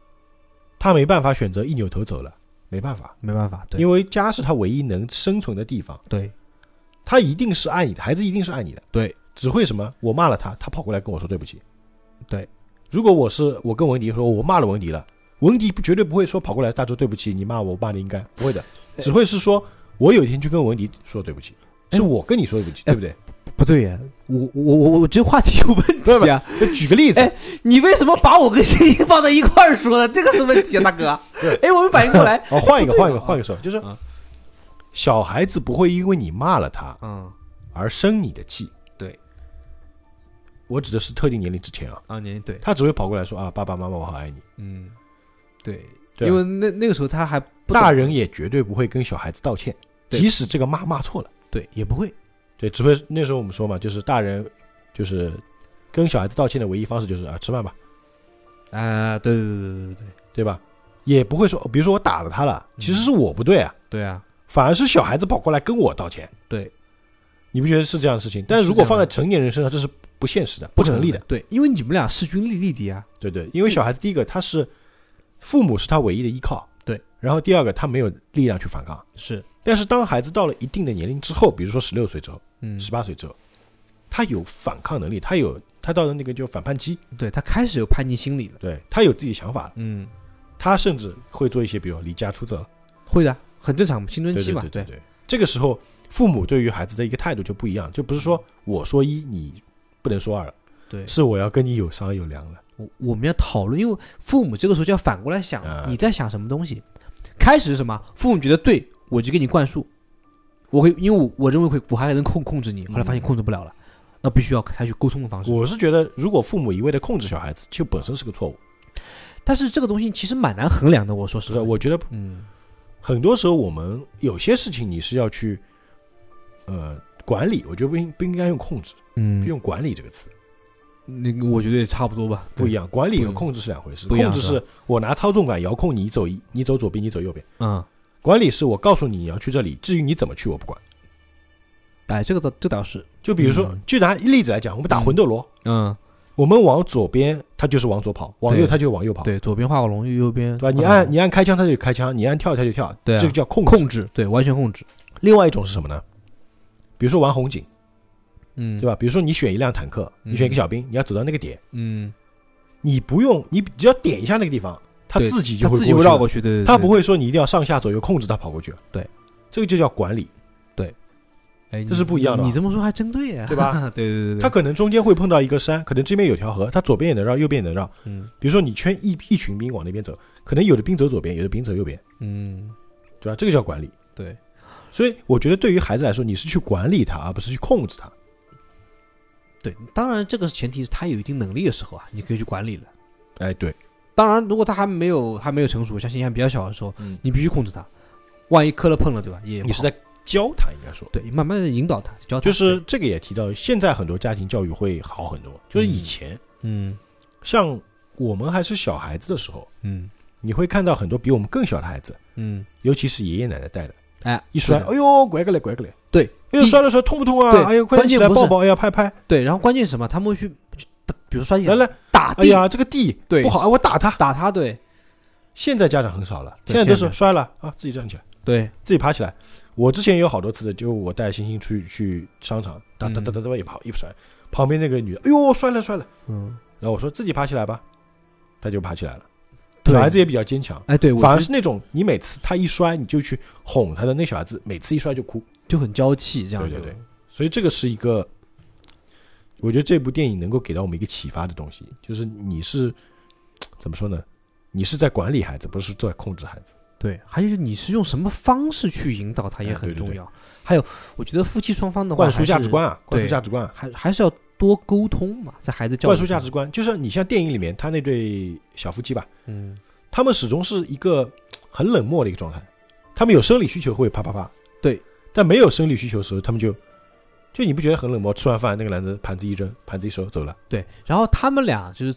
Speaker 1: 他没办法选择一扭头走了，没办法，
Speaker 2: 没办法，对，
Speaker 1: 因
Speaker 2: 为
Speaker 1: 为家是他唯一能生存的地方，
Speaker 2: 对
Speaker 1: 他一定是爱你的，孩子一定是爱你的，
Speaker 2: 对，
Speaker 1: 只会什么？我骂了他，他跑过来跟我说对不起，
Speaker 2: 对。
Speaker 1: 如果我是我跟文迪说，我骂了文迪了，文迪不绝对不会说跑过来大周对不起，你骂我，我骂你应该不会的，
Speaker 2: 哎
Speaker 1: 只会是说我有一天去跟文迪说对不起，
Speaker 2: 哎
Speaker 1: 是我跟你说对不起，对
Speaker 2: 哎
Speaker 1: 不对？
Speaker 2: 不对呀？我我我我我这话题有问
Speaker 1: 不是不
Speaker 2: 题
Speaker 1: 是
Speaker 2: 啊！
Speaker 1: 就举个例子，
Speaker 2: 哎你为什么把我跟声音放在一块儿说呢？这个是问题啊，大哥
Speaker 1: 对。
Speaker 2: 哎，我没反应过来。
Speaker 1: 哦，换一个，
Speaker 2: 不对
Speaker 1: 换一个，
Speaker 2: 啊
Speaker 1: 换一个说，就是
Speaker 2: 啊
Speaker 1: 小孩子不会因为你骂了他
Speaker 2: 嗯
Speaker 1: 而生你的气。
Speaker 2: 对，
Speaker 1: 我指的是特定年龄之前啊，
Speaker 2: 啊，年龄对，
Speaker 1: 他只会跑过来说啊，爸爸妈妈，我好爱你。
Speaker 2: 嗯，对，啊
Speaker 1: 对啊
Speaker 2: 因为那那个时候他还不懂
Speaker 1: 大人也绝对不会跟小孩子道歉，
Speaker 2: 对
Speaker 1: 即使这个骂骂错了，
Speaker 2: 对也不会，
Speaker 1: 对，只会那时候我们说嘛，就是大人就是跟小孩子道歉的唯一方式就是啊，吃饭吧，
Speaker 2: 啊，对对对对对对
Speaker 1: 对吧？也不会说，比如说我打了他了，
Speaker 2: 嗯
Speaker 1: 其实是我不对啊，
Speaker 2: 对啊，
Speaker 1: 反而是小孩子跑过来跟我道歉，
Speaker 2: 对，
Speaker 1: 你不觉得是这样的事情？但如果放在成年人身上，这是不现实的，不成立的。嗯
Speaker 2: 对，因为你们俩势均力敌啊，
Speaker 1: 对对，因为小孩子第一个他是父母是他唯一的依靠，
Speaker 2: 对，
Speaker 1: 然后第二个他没有力量去反抗。
Speaker 2: 是，
Speaker 1: 但是当孩子到了一定的年龄之后，比如说十六岁之后、
Speaker 2: 嗯，
Speaker 1: 十八岁之后，他有反抗能力，他有他到了那个就反叛期，
Speaker 2: 对他开始有叛逆心理了，
Speaker 1: 对他有自己想法了，
Speaker 2: 嗯，
Speaker 1: 他甚至会做一些比如离家出走，
Speaker 2: 会的，很正常，青春
Speaker 1: 对
Speaker 2: 期
Speaker 1: 对
Speaker 2: 嘛，
Speaker 1: 对对对，这个时候父母对于孩子的一个态度就不一样，就不是说我说一你不能说二了，
Speaker 2: 对，
Speaker 1: 是我要跟你有商有量了，
Speaker 2: 我我们要讨论，因为父母这个时候就要反过来想
Speaker 1: 啊，
Speaker 2: 你在想什么东西？开始是什么？父母觉得对，我就给你灌输，我会因为我我认为会我还能控控制你，后来
Speaker 1: 嗯
Speaker 2: 发现控制不了了，那必须要采取沟通的方式。
Speaker 1: 我是觉得如果父母一味的控制小孩子，就本身是个错误，
Speaker 2: 但是这个东西其实蛮难衡量的，我说
Speaker 1: 是
Speaker 2: 实
Speaker 1: 不
Speaker 2: 话
Speaker 1: 是？，我觉得
Speaker 2: 嗯，
Speaker 1: 很多时候我们有些事情你是要去，呃，管理。我觉得不应不应该用控制，
Speaker 2: 嗯，
Speaker 1: 用管理这个词
Speaker 2: 那个我觉得也差不多吧，
Speaker 1: 不一
Speaker 2: 样，
Speaker 1: 样。管理
Speaker 2: 不一
Speaker 1: 和
Speaker 2: 样
Speaker 1: 控制是两回事，
Speaker 2: 不一样
Speaker 1: 控制
Speaker 2: 是
Speaker 1: 是我拿操纵杆遥控你走一，你走左边，你走右边。
Speaker 2: 嗯，
Speaker 1: 管理是我告诉你你要去这里，至于你怎么去我不管。
Speaker 2: 哎，这个倒这倒是，
Speaker 1: 就比如说
Speaker 2: 嗯，
Speaker 1: 就拿例子来讲，我们打魂斗罗，
Speaker 2: 嗯，
Speaker 1: 我们往左边它就是往左跑，往右
Speaker 2: 对
Speaker 1: 它就往右跑，对
Speaker 2: 对，左边画个龙，右右边
Speaker 1: 吧？你
Speaker 2: 画个
Speaker 1: 按
Speaker 2: 龙
Speaker 1: 你按开枪它就开枪，你按跳它就跳，
Speaker 2: 对啊
Speaker 1: 这个叫控制。
Speaker 2: 控制，对，完全控制，
Speaker 1: 另外一种是什么呢？比如说玩红警，
Speaker 2: 嗯，
Speaker 1: 对吧？比如说你选一辆坦克，你选一个
Speaker 2: 嗯
Speaker 1: 小兵，你要走到那个点。
Speaker 2: 嗯，
Speaker 1: 你不用，你只要点一下那个地方，它
Speaker 2: 对
Speaker 1: 自己就
Speaker 2: 他
Speaker 1: 会
Speaker 2: 自己会绕
Speaker 1: 过
Speaker 2: 过去，对对，
Speaker 1: 去，它
Speaker 2: 对
Speaker 1: 不，会说你一定要上下左右控制它跑过去。
Speaker 2: 对，
Speaker 1: 这个就叫管理。
Speaker 2: 对，哎，
Speaker 1: 这是不一样的吧
Speaker 2: 你这么说还真对呀、啊
Speaker 1: 对吧？
Speaker 2: 对对对对，
Speaker 1: 它可能中间会碰到一个山，可能这边有条河，它左边也能绕，右边也能绕。
Speaker 2: 嗯
Speaker 1: 比如说你圈一一群兵往那边走，可能有的兵走左边，有的兵走右边，
Speaker 2: 嗯，
Speaker 1: 对吧？这个叫管理。
Speaker 2: 对，
Speaker 1: 所以我觉得对于孩子来说，你是去管理他，而不是去控制他。
Speaker 2: 对，当然这个前提是他有一定能力的时候啊，你可以去管理了。
Speaker 1: 哎，对，
Speaker 2: 当然，如果他还没有还没有成熟，像现在还比较小的时候，
Speaker 1: 嗯
Speaker 2: 你必须控制他，万一磕了碰了，对吧？也
Speaker 1: 你是
Speaker 2: 在
Speaker 1: 在教他，应该说。
Speaker 2: 对慢慢的引导他，教他，
Speaker 1: 就是
Speaker 2: 对
Speaker 1: 这个也提到，现在很多家庭教育会好很多。就是以
Speaker 2: 嗯
Speaker 1: 前，
Speaker 2: 嗯
Speaker 1: 像我们还是小孩子的时候，
Speaker 2: 嗯
Speaker 1: 你会看到很多比我们更小的孩子，
Speaker 2: 嗯，
Speaker 1: 尤其是爷爷奶奶带的，
Speaker 2: 哎，
Speaker 1: 一摔，
Speaker 2: 对的
Speaker 1: 哎呦，拐个嘞，拐个嘞，
Speaker 2: 对
Speaker 1: 哎呦，
Speaker 2: 第
Speaker 1: 摔的时候痛不痛啊
Speaker 2: 对？
Speaker 1: 哎呦，快点起
Speaker 2: 关键
Speaker 1: 来
Speaker 2: 不是
Speaker 1: 抱抱，哎呀，拍拍，
Speaker 2: 对，然后关键是什么？他们会去，比如摔
Speaker 1: 来
Speaker 2: 下
Speaker 1: 来，
Speaker 2: 打
Speaker 1: 哎
Speaker 2: 啊地、
Speaker 1: 呀，这个地
Speaker 2: 对
Speaker 1: 不好，哎我打他。
Speaker 2: 打他，对
Speaker 1: 现在家长很少了，现
Speaker 2: 对
Speaker 1: 在都
Speaker 2: 现
Speaker 1: 是
Speaker 2: 在
Speaker 1: 摔了啊，自己站起来，
Speaker 2: 对，
Speaker 1: 自己爬起来。我之前也有好多次，就我带星星去去商场，哒哒哒哒哒一跑一摔，旁边那个女的，哎呦，摔了摔了。
Speaker 2: 嗯，
Speaker 1: 然后我说自己爬起来吧，她就爬起来了。
Speaker 2: 对
Speaker 1: 小孩子也比较坚强，
Speaker 2: 哎，对，我
Speaker 1: 反而
Speaker 2: 觉得
Speaker 1: 是那种你每次他一摔你就去哄他的那小孩子，每次一摔就哭。
Speaker 2: 就很娇气，这样
Speaker 1: 对对
Speaker 2: 就
Speaker 1: 对，所以这个是一个，我觉得这部电影能够给到我们一个启发的东西，就是你是怎么说呢？你是在管理孩子，不是在控制孩子。
Speaker 2: 对，还有就是你是用什么方式去引导他也
Speaker 1: 哎
Speaker 2: 很
Speaker 1: 对对
Speaker 2: 重
Speaker 1: 对
Speaker 2: 要。还有，我觉得夫妻双方的话，
Speaker 1: 灌输价值观，啊，灌输
Speaker 2: 对
Speaker 1: 价值观啊，
Speaker 2: 还还是要多沟通嘛，在孩子教育
Speaker 1: 灌输价
Speaker 2: 上
Speaker 1: 值，观，就是你像电影里面他那对小夫妻吧，
Speaker 2: 嗯，
Speaker 1: 他们始终是一个很冷漠的一个状态。他们有生理需求会啪啪啪，
Speaker 2: 对，
Speaker 1: 但没有生理需求的时候，他们就就你不觉得很冷漠？吃完饭那个男的盘子一扔，盘子一收走了，
Speaker 2: 对。然后他们俩就是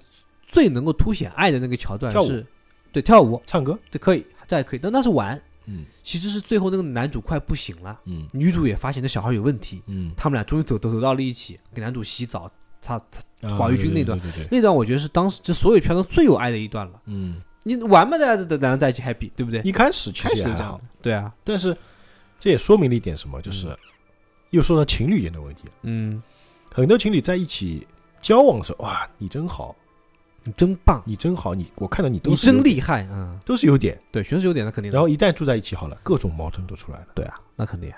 Speaker 2: 最能够凸显爱的那个桥段
Speaker 1: 跳舞
Speaker 2: 是，对，跳舞，
Speaker 1: 唱歌，
Speaker 2: 对，可以，这还可以，但那是玩，
Speaker 1: 嗯
Speaker 2: 其实是最后那个男主快不行了，
Speaker 1: 嗯
Speaker 2: 女主也发现这小孩有问题，
Speaker 1: 嗯，
Speaker 2: 他们俩终于走走走到了一起，给男主洗澡、擦擦。
Speaker 1: 啊
Speaker 2: 寡欲君
Speaker 1: 对
Speaker 2: 那段
Speaker 1: 对对对对，
Speaker 2: 那段我觉得是当时这所有片中最有爱的一段了。
Speaker 1: 嗯，
Speaker 2: 你玩嘛，大家大家在一起 happy，对不对？
Speaker 1: 一开始其
Speaker 2: 开
Speaker 1: 实
Speaker 2: 始
Speaker 1: 也
Speaker 2: 就这
Speaker 1: 还
Speaker 2: 样
Speaker 1: 好
Speaker 2: 的，，对啊，
Speaker 1: 但是这也说明了一点什么，就是又说到情侣间的问题了。
Speaker 2: 嗯，
Speaker 1: 很多情侣在一起交往的时候，哇，你真好，
Speaker 2: 你真棒，
Speaker 1: 你真好，你我看到你都
Speaker 2: 你
Speaker 1: 是有
Speaker 2: 真厉害啊、嗯！
Speaker 1: 都是优点。
Speaker 2: 对，全是有点的，肯定的。
Speaker 1: 然后一旦住在一起好了，各种矛盾都出来了。
Speaker 2: 对啊，那肯定啊。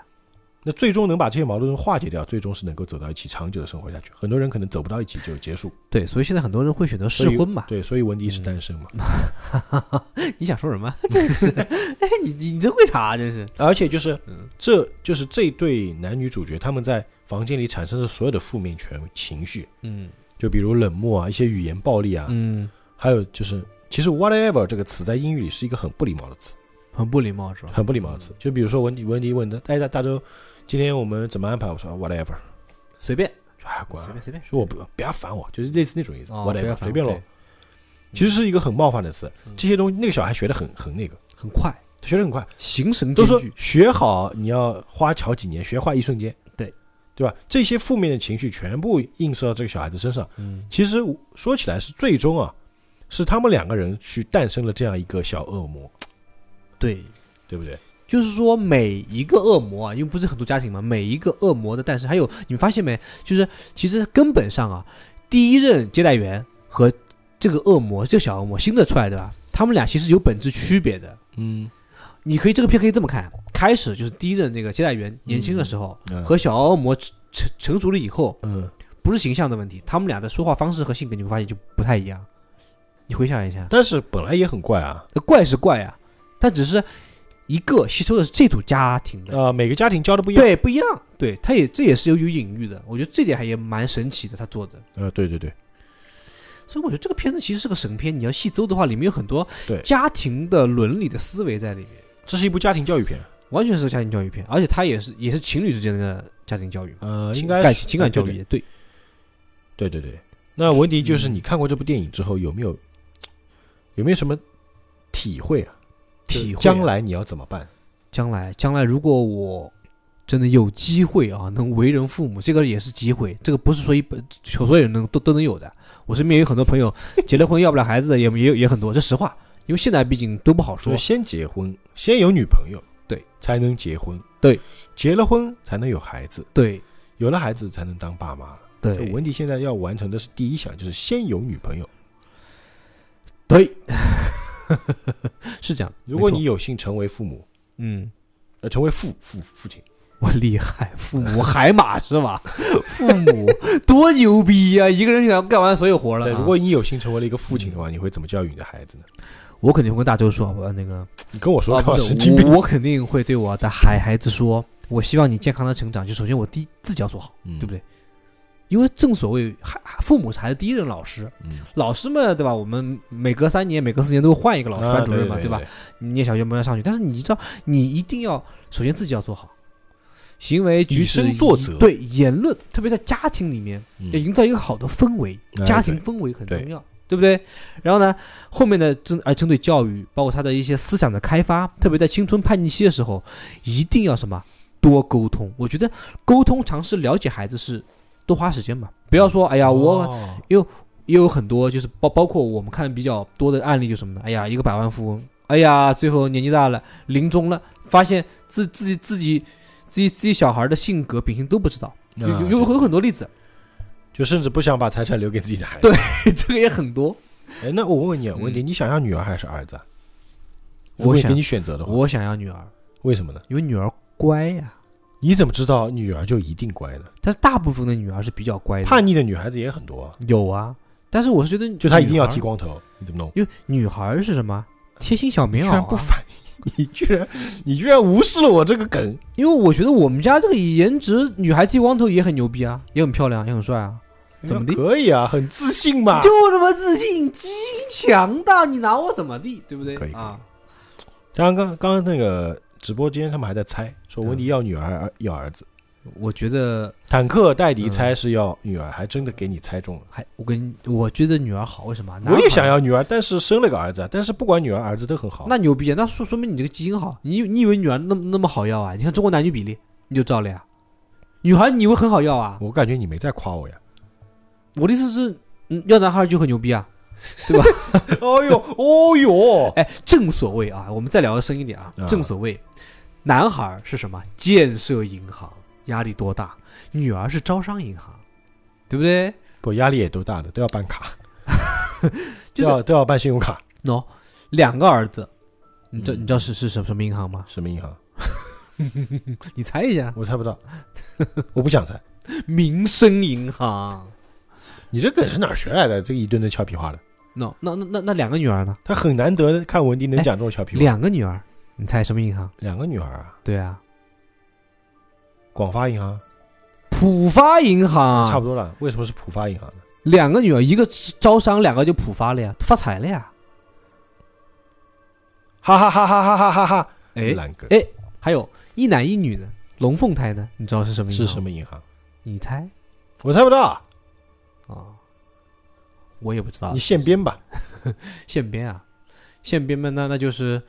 Speaker 1: 那最终能把这些矛盾化解掉，最终是能够走到一起长久的生活下去。很多人可能走不到一起就结束。
Speaker 2: 对，所以现在很多人会选择试婚嘛。
Speaker 1: 对，所以文迪是单身嘛。
Speaker 2: 嗯你想说什么？真是，哎，你你你真会查、啊，真是。
Speaker 1: 而且就是
Speaker 2: 嗯，
Speaker 1: 这就是这对男女主角他们在房间里产生的所有的负面全情绪，
Speaker 2: 嗯
Speaker 1: 就比如冷漠啊，一些语言暴力啊，
Speaker 2: 嗯，
Speaker 1: 还有就是，其实 whatever 这个词在英语里是一个很不礼貌的词，
Speaker 2: 很不礼貌是吧？
Speaker 1: 很不礼貌的词。就比如说文迪文迪问的，哎大大周，今天我们怎么安排？我说 whatever，
Speaker 2: 随便，
Speaker 1: 哎管
Speaker 2: 随
Speaker 1: 啊，
Speaker 2: 便随便。
Speaker 1: 说我不不要烦我，就是类似那种意思
Speaker 2: 哦，不要
Speaker 1: ，whatever
Speaker 2: 烦
Speaker 1: 随
Speaker 2: 我
Speaker 1: 便喽
Speaker 2: 对。
Speaker 1: 其实是一个很冒犯的词，
Speaker 2: 嗯
Speaker 1: 这些东西那个小孩学的很很那个，
Speaker 2: 很快，
Speaker 1: 他学的很快，
Speaker 2: 形神
Speaker 1: 都
Speaker 2: 兼
Speaker 1: 说
Speaker 2: 具。
Speaker 1: 学好你要花好几年，学坏一瞬间，
Speaker 2: 对
Speaker 1: 对吧？这些负面的情绪全部映射到这个小孩子身上。
Speaker 2: 嗯，
Speaker 1: 其实说起来是最终啊，是他们两个人去诞生了这样一个小恶魔，
Speaker 2: 对，
Speaker 1: 对不对？
Speaker 2: 就是说每一个恶魔啊，因为不是很多家庭嘛，每一个恶魔的诞生，还有你们发现没？就是其实根本上啊，第一任接待员和这个恶魔，这个小恶魔新的出来的吧，他们俩其实有本质区别的。
Speaker 1: 嗯，
Speaker 2: 你可以这个片可以这么看，开始就是第一任那个接待员年轻的时候、
Speaker 1: 嗯
Speaker 2: 和小恶魔成成成熟了以后，
Speaker 1: 嗯，
Speaker 2: 不是形象的问题，他们俩的说话方式和性格你会发现就不太一样。你回想一下，
Speaker 1: 但是本来也很怪啊，
Speaker 2: 怪是怪啊，但只是一个吸收的是这组家庭的，
Speaker 1: 呃，每个家庭教的不一样，
Speaker 2: 对，不一样，对，他也这也是有有隐喻的，我觉得这点还也蛮神奇的，他做的。
Speaker 1: 呃，对对对，
Speaker 2: 所以我觉得这个片子其实是个神片，你要细搜的话，里面有很多
Speaker 1: 对
Speaker 2: 家庭的伦理的思维在里面。
Speaker 1: 这是一部家庭教育片，
Speaker 2: 完全是个家庭教育片，而且它也是也是情侣之间的家庭教育嘛，
Speaker 1: 呃，
Speaker 2: 情
Speaker 1: 应该
Speaker 2: 感
Speaker 1: 是
Speaker 2: 情感教，
Speaker 1: 呃
Speaker 2: 育对，
Speaker 1: 对对对对。那文迪就是
Speaker 2: 嗯
Speaker 1: 你看过这部电影之后有没有有没有什么体会啊？
Speaker 2: 体会啊
Speaker 1: 将来你要怎么办？
Speaker 2: 将来将来如果我真的有机会啊，能为人父母，这个也是机会，这个不是说一本所有人能都都能有的。我身边有很多朋友结了婚要不了孩子的也也有也很多，这实话，因为现在毕竟都不好
Speaker 1: 所
Speaker 2: 说
Speaker 1: 以。先结婚，先有女朋友，
Speaker 2: 对，
Speaker 1: 才能结婚，
Speaker 2: 对，
Speaker 1: 结了婚才能有孩子，
Speaker 2: 对
Speaker 1: 有了孩子才能当爸妈。
Speaker 2: 对
Speaker 1: 就文迪现在要完成的是第一项，就是先有女朋友。
Speaker 2: 对， 是这样。
Speaker 1: 如果
Speaker 2: 没错
Speaker 1: 你有幸成为父母，
Speaker 2: 嗯
Speaker 1: 呃，成为父父父亲，
Speaker 2: 我厉害，父母海马是 吧？父母多牛逼呀、一个人想干完所有活了啊、嗯
Speaker 1: 对，如果你有幸成为了一个父亲的话，你会怎么教育你的孩子呢？
Speaker 2: 我肯定会跟大周说，我那个
Speaker 1: 你跟我说
Speaker 2: 啊，
Speaker 1: 干嘛
Speaker 2: 不是
Speaker 1: 神经病？
Speaker 2: 我，我肯定会对我的孩孩子说，我希望你健康的成长。就首先我第自己要做好，
Speaker 1: 对
Speaker 2: 对不？对？因为正所谓孩父母是孩子第一任老师，
Speaker 1: 嗯，
Speaker 2: 老师们对吧？我们每隔三年、每隔四年都会换一个老师、
Speaker 1: 啊
Speaker 2: 班主任嘛，
Speaker 1: 对
Speaker 2: 吧？？你念小学慢慢上去，但是你知道，你一定要首先自己要做好，行为举
Speaker 1: 以
Speaker 2: 止
Speaker 1: 身作则
Speaker 2: 对言论，特别在家庭里面，
Speaker 1: 对
Speaker 2: 要
Speaker 1: 对嗯
Speaker 2: 营造一个好的氛围，
Speaker 1: 哎
Speaker 2: 哎家庭
Speaker 1: 对
Speaker 2: 氛围很
Speaker 1: 对
Speaker 2: 重要，对不对？然后呢，后面的针哎而针对教育，包括他的一些思想的开发，特别在青春叛逆期的时候，一定要什么多沟通。我觉得沟通尝试了解孩子是多花时间嘛，不要说哎呀我。
Speaker 1: 哦
Speaker 2: 也有很多就是包包括我们看比较多的案例，就是什么呢？哎呀，一个百万富翁，哎呀，最后年纪大了，临终了，发现自自己自己自己自己小孩的性格秉性都不知道，有
Speaker 1: 啊
Speaker 2: 有有
Speaker 1: 对
Speaker 2: 有很多例子，
Speaker 1: 就甚至不想把财产留给自己的孩子。对，
Speaker 2: 这个也很多。
Speaker 1: 哎，那我问问你啊，问题，你想要女儿还是儿子啊？如
Speaker 2: 我
Speaker 1: 果你
Speaker 2: 想
Speaker 1: 给你选择的话，
Speaker 2: 我想要女儿，
Speaker 1: 为什么呢？
Speaker 2: 因为女儿乖呀、
Speaker 1: 你怎么知道女儿就一定乖呢？
Speaker 2: 但是大部分的女儿是比较乖的，
Speaker 1: 叛逆的女孩子也很多啊，
Speaker 2: 有啊，但是我是觉得
Speaker 1: 就她一定要
Speaker 2: 女孩
Speaker 1: 剃，光头，你怎么弄？
Speaker 2: 因为女孩是什么贴心小棉
Speaker 1: 居
Speaker 2: 袄、啊，
Speaker 1: 然不反应， 你居然你居然无视了我这个梗，
Speaker 2: 因为我觉得我们家这个颜值，女孩剃光头也很牛逼啊，也很漂亮，也很帅啊。怎么的
Speaker 1: 可以啊，很自信嘛
Speaker 2: 就。他妈自信，基因强大，你拿我怎么地，对不对？
Speaker 1: 可以可以
Speaker 2: 啊，
Speaker 1: 刚刚刚刚那个直播间他们还在猜，说文迪要女儿要儿子，
Speaker 2: 我觉得
Speaker 1: 坦克戴迪猜是要女儿，还真的给你猜中了。
Speaker 2: 还我跟我觉得女儿好，为什么？
Speaker 1: 我也想
Speaker 2: 男孩，
Speaker 1: 要女儿，但是生了个儿子，啊但是不管女儿儿子都很好。
Speaker 2: 那牛逼啊！那说说明你这个基因好，你以你以为女儿那么那么好要啊？你看中国男女比例，你就知道了呀。女孩你以为很好要啊？
Speaker 1: 我感觉你没在夸我呀。
Speaker 2: 我的意思是，嗯，要男孩就很牛逼啊。
Speaker 1: 哦呦，哦呦，
Speaker 2: 哎，正所谓啊，我们再聊得深一点啊
Speaker 1: 啊。
Speaker 2: 正所谓，男孩是什么？建设银行压力多大？女儿是招商银行，对不对？
Speaker 1: 不压力也都大的，都要办卡，
Speaker 2: 就是
Speaker 1: 都要都要办信用卡。
Speaker 2: 喏、两个儿子，你知道
Speaker 1: 嗯
Speaker 2: 你知道是是什么什么银行吗？
Speaker 1: 什么银行？
Speaker 2: 你猜一下，
Speaker 1: 我猜不到， 我不想猜。
Speaker 2: 民生银行。
Speaker 1: 你这梗是哪儿学来的？这一顿顿俏皮话的，
Speaker 2: 喏，那那那那两个女儿呢？
Speaker 1: 他很难得看文迪能讲这种俏皮话。
Speaker 2: 哎两个女儿，你猜什么银行？
Speaker 1: 两个女儿啊，
Speaker 2: 对啊，
Speaker 1: 广发银行
Speaker 2: 浦发银行。
Speaker 1: 差不
Speaker 2: 多。
Speaker 1: 多了。为什么是浦发银行呢？
Speaker 2: 两个女儿，一个招商，两个就浦发了呀，发财了呀。
Speaker 1: 哈哈哈哈哈哈哈哈！
Speaker 2: 哎，
Speaker 1: 烂梗
Speaker 2: 哎还有一男一女呢，龙凤胎呢，你知道是什么银行
Speaker 1: 是
Speaker 2: 吗？
Speaker 1: 什么银行？
Speaker 2: 你猜
Speaker 1: 我猜不到，
Speaker 2: 啊、我也不知道
Speaker 1: 你。现编吧。
Speaker 2: 现编啊，现编嘛，那那就是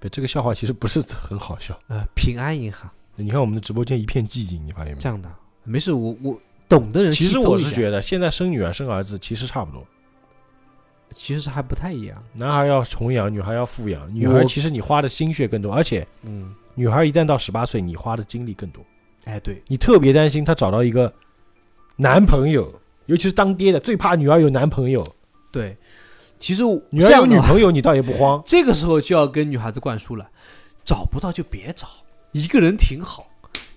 Speaker 1: 对，这个笑话其实不是很好笑。
Speaker 2: 呃平安银行
Speaker 1: 你看我们的直播间一片寂静，你发现没
Speaker 2: 这
Speaker 1: 有？
Speaker 2: 样的。没事，我我懂的人
Speaker 1: 其实
Speaker 2: 吸收
Speaker 1: 我
Speaker 2: 一
Speaker 1: 是
Speaker 2: 下
Speaker 1: 觉得，现在生女儿生儿子其实差不多，
Speaker 2: 其实还不太一样。
Speaker 1: 男孩要重养，女孩要富养。女孩
Speaker 2: 我
Speaker 1: 其实你花的心血更多，而且
Speaker 2: 嗯，
Speaker 1: 女孩一旦到十八岁，你花的精力更多。
Speaker 2: 哎，对，
Speaker 1: 你特别担心她找到一个男朋友，尤其是当爹的最怕女儿有男朋友，
Speaker 2: 对，其实我
Speaker 1: 女
Speaker 2: 这
Speaker 1: 儿有
Speaker 2: 样的
Speaker 1: 女
Speaker 2: 话。
Speaker 1: 朋友你倒也不慌
Speaker 2: 这个时候就要跟女孩子灌输了，找不到就别找，一个人挺好。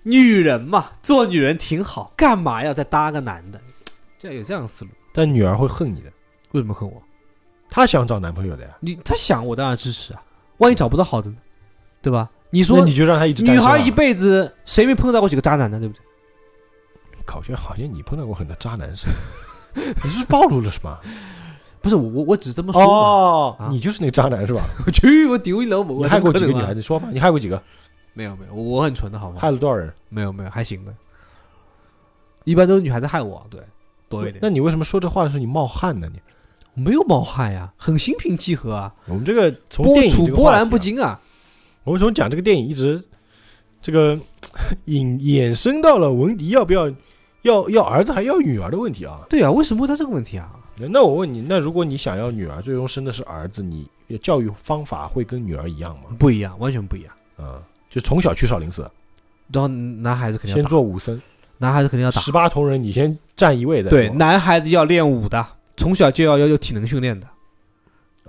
Speaker 2: 女人嘛，做女人挺好，干嘛要再搭个男的？这有这样的思路，
Speaker 1: 但女儿会恨你的，
Speaker 2: 为什么恨我？
Speaker 1: 她想找男朋友的呀。
Speaker 2: 你他想我当然支持啊，万一找不到好的呢，对吧？你说
Speaker 1: 那你就啊让她一直单
Speaker 2: 女
Speaker 1: 身吧
Speaker 2: 孩一辈子谁没碰到过几个渣男呢？对不对？
Speaker 1: 考觉好像你碰到过很多渣男是吧？你是不是暴露了什 么？
Speaker 2: 不是我我我只这么说嘛。
Speaker 1: 哦
Speaker 2: 啊
Speaker 1: 你就是那个渣男是吧？
Speaker 2: 我 去，我丢一楼我
Speaker 1: 你害过几个女孩
Speaker 2: 子？
Speaker 1: 子？说吧，你害过几个？
Speaker 2: 哦没有没有，我我很纯的好吗？
Speaker 1: 害了多少人？
Speaker 2: 没有没有，还行的。一般都是女孩子害我，对，多一点。
Speaker 1: 那你为什么说这话的时候你冒汗呢？你
Speaker 2: 没有冒汗呀，很心平气和啊，
Speaker 1: 我们这个从
Speaker 2: 波
Speaker 1: 电影
Speaker 2: 处
Speaker 1: 这个
Speaker 2: 波
Speaker 1: 话
Speaker 2: 澜
Speaker 1: 题
Speaker 2: 不
Speaker 1: 啊，
Speaker 2: 惊啊。
Speaker 1: 我们从讲这个电影一直这个引衍生到了文迪要不要要要儿子还要女儿的问题啊。
Speaker 2: 对啊，为什么会到这个问题啊？
Speaker 1: 那我问你，那如果你想要女儿，最终生的是儿子，你教育方法会跟女儿一样吗？
Speaker 2: 不一样，完全不一样。
Speaker 1: 啊、就从小去少林寺，
Speaker 2: 然后男孩子肯定
Speaker 1: 先
Speaker 2: 要打，
Speaker 1: 做武僧，
Speaker 2: 男孩子肯定要打。
Speaker 1: 十八铜人你先站一位再
Speaker 2: 对，
Speaker 1: 说
Speaker 2: 男孩子要练武的，从小就要要有体能训练的，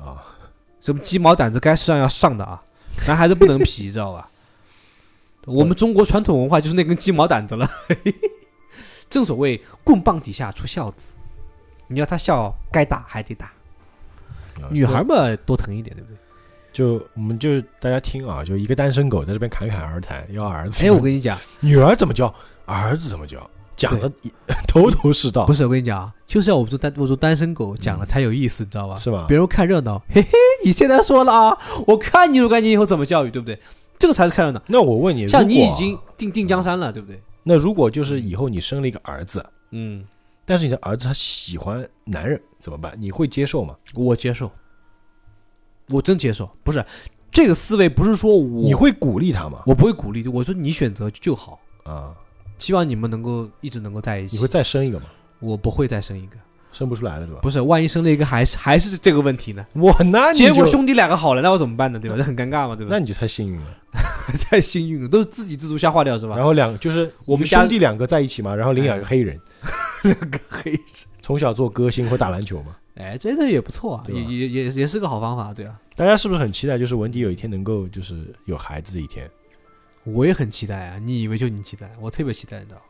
Speaker 1: 啊。
Speaker 2: 什么鸡毛掸子该上要上的啊。男孩子不能皮，知道吧？我们中国传统文化就是那根鸡毛掸子了。 正所谓棍棒底下出孝子，你要他孝，该打还得打。
Speaker 1: 啊
Speaker 2: 女孩嘛，多疼一点，对不对？
Speaker 1: 就我们就大家听啊，就一个单身狗在这边侃侃而谈，要儿子，
Speaker 2: 哎，我跟你讲，
Speaker 1: 女儿怎么教，儿子怎么教，讲的 头头是道，
Speaker 2: 不
Speaker 1: 是
Speaker 2: 是我跟你讲啊，就是要我们做单我做单身狗讲了才有意思，你知道吧？
Speaker 1: 是吧？
Speaker 2: 别人看热闹，嘿嘿，你现在说了啊，我看你若干年以后怎么教育，对不对？这个才是看热闹。
Speaker 1: 那我问你，
Speaker 2: 像你
Speaker 1: 如
Speaker 2: 已嗯
Speaker 1: 果啊
Speaker 2: 经定定江山了，对不对？
Speaker 1: 那如果就是以后你生了一个儿子，
Speaker 2: 嗯，
Speaker 1: 但是你的儿子他喜欢男人怎么办？你会接受吗？
Speaker 2: 我接受，我真接受。不是这个思维，不是说
Speaker 1: 你
Speaker 2: 我
Speaker 1: 会鼓励他吗？
Speaker 2: 我不会鼓励，我说你选择就好。
Speaker 1: 啊，
Speaker 2: 希望你们能够一直能够在一
Speaker 1: 你
Speaker 2: 起
Speaker 1: 会。再生一个吗？
Speaker 2: 我不会再生一个，
Speaker 1: 生不出来了，对吧？
Speaker 2: 不是，万一生了一个还是还是这个问题呢？
Speaker 1: 我那你
Speaker 2: 结果
Speaker 1: 就
Speaker 2: 兄弟两个好了，那我怎么办呢？对吧？这很尴尬嘛，对吧
Speaker 1: 那？你就太幸运了。
Speaker 2: 太幸运了，都是自给自足消化掉是吧
Speaker 1: 然？后两就是
Speaker 2: 我们
Speaker 1: 一个
Speaker 2: 家哎
Speaker 1: 兄弟两个在一起嘛，然后领养一个黑人，
Speaker 2: 两个 黑人，
Speaker 1: 从小做歌星或打篮球嘛。
Speaker 2: 哎，这个也不错啊，
Speaker 1: 对
Speaker 2: 也
Speaker 1: 吧
Speaker 2: 也也也是个好方法，对啊。
Speaker 1: 大家是不是很期待，就是文迪有一天能够就是有孩子的一天？
Speaker 2: 我也很期待啊！你以为就你期待，我特别期待，你知道吗？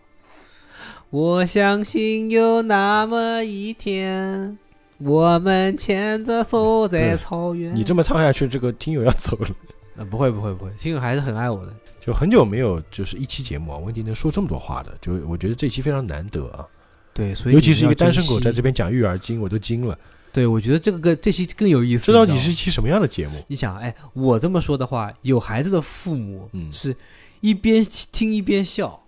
Speaker 2: 我相信有那么一天，我们牵着手在草原。
Speaker 1: 你这么唱下去，这个听友要走了。
Speaker 2: 呃不会不会不会，听友还是很爱我的。
Speaker 1: 就很久没有就是一期节目啊，文迪能说这么多话的，就我觉得这期非常难得啊，
Speaker 2: 对，所以
Speaker 1: 尤其是一
Speaker 2: 你们
Speaker 1: 个
Speaker 2: 要
Speaker 1: 单身狗在
Speaker 2: 珍惜
Speaker 1: 这边讲育儿经，我都惊了，
Speaker 2: 对，我觉得这个更这期更有意思。
Speaker 1: 这到底
Speaker 2: 你知道
Speaker 1: 是一
Speaker 2: 吗
Speaker 1: 期什么样的节目？
Speaker 2: 你想，哎，我这么说的话，有孩子的父母
Speaker 1: 嗯
Speaker 2: 是一边听一边笑，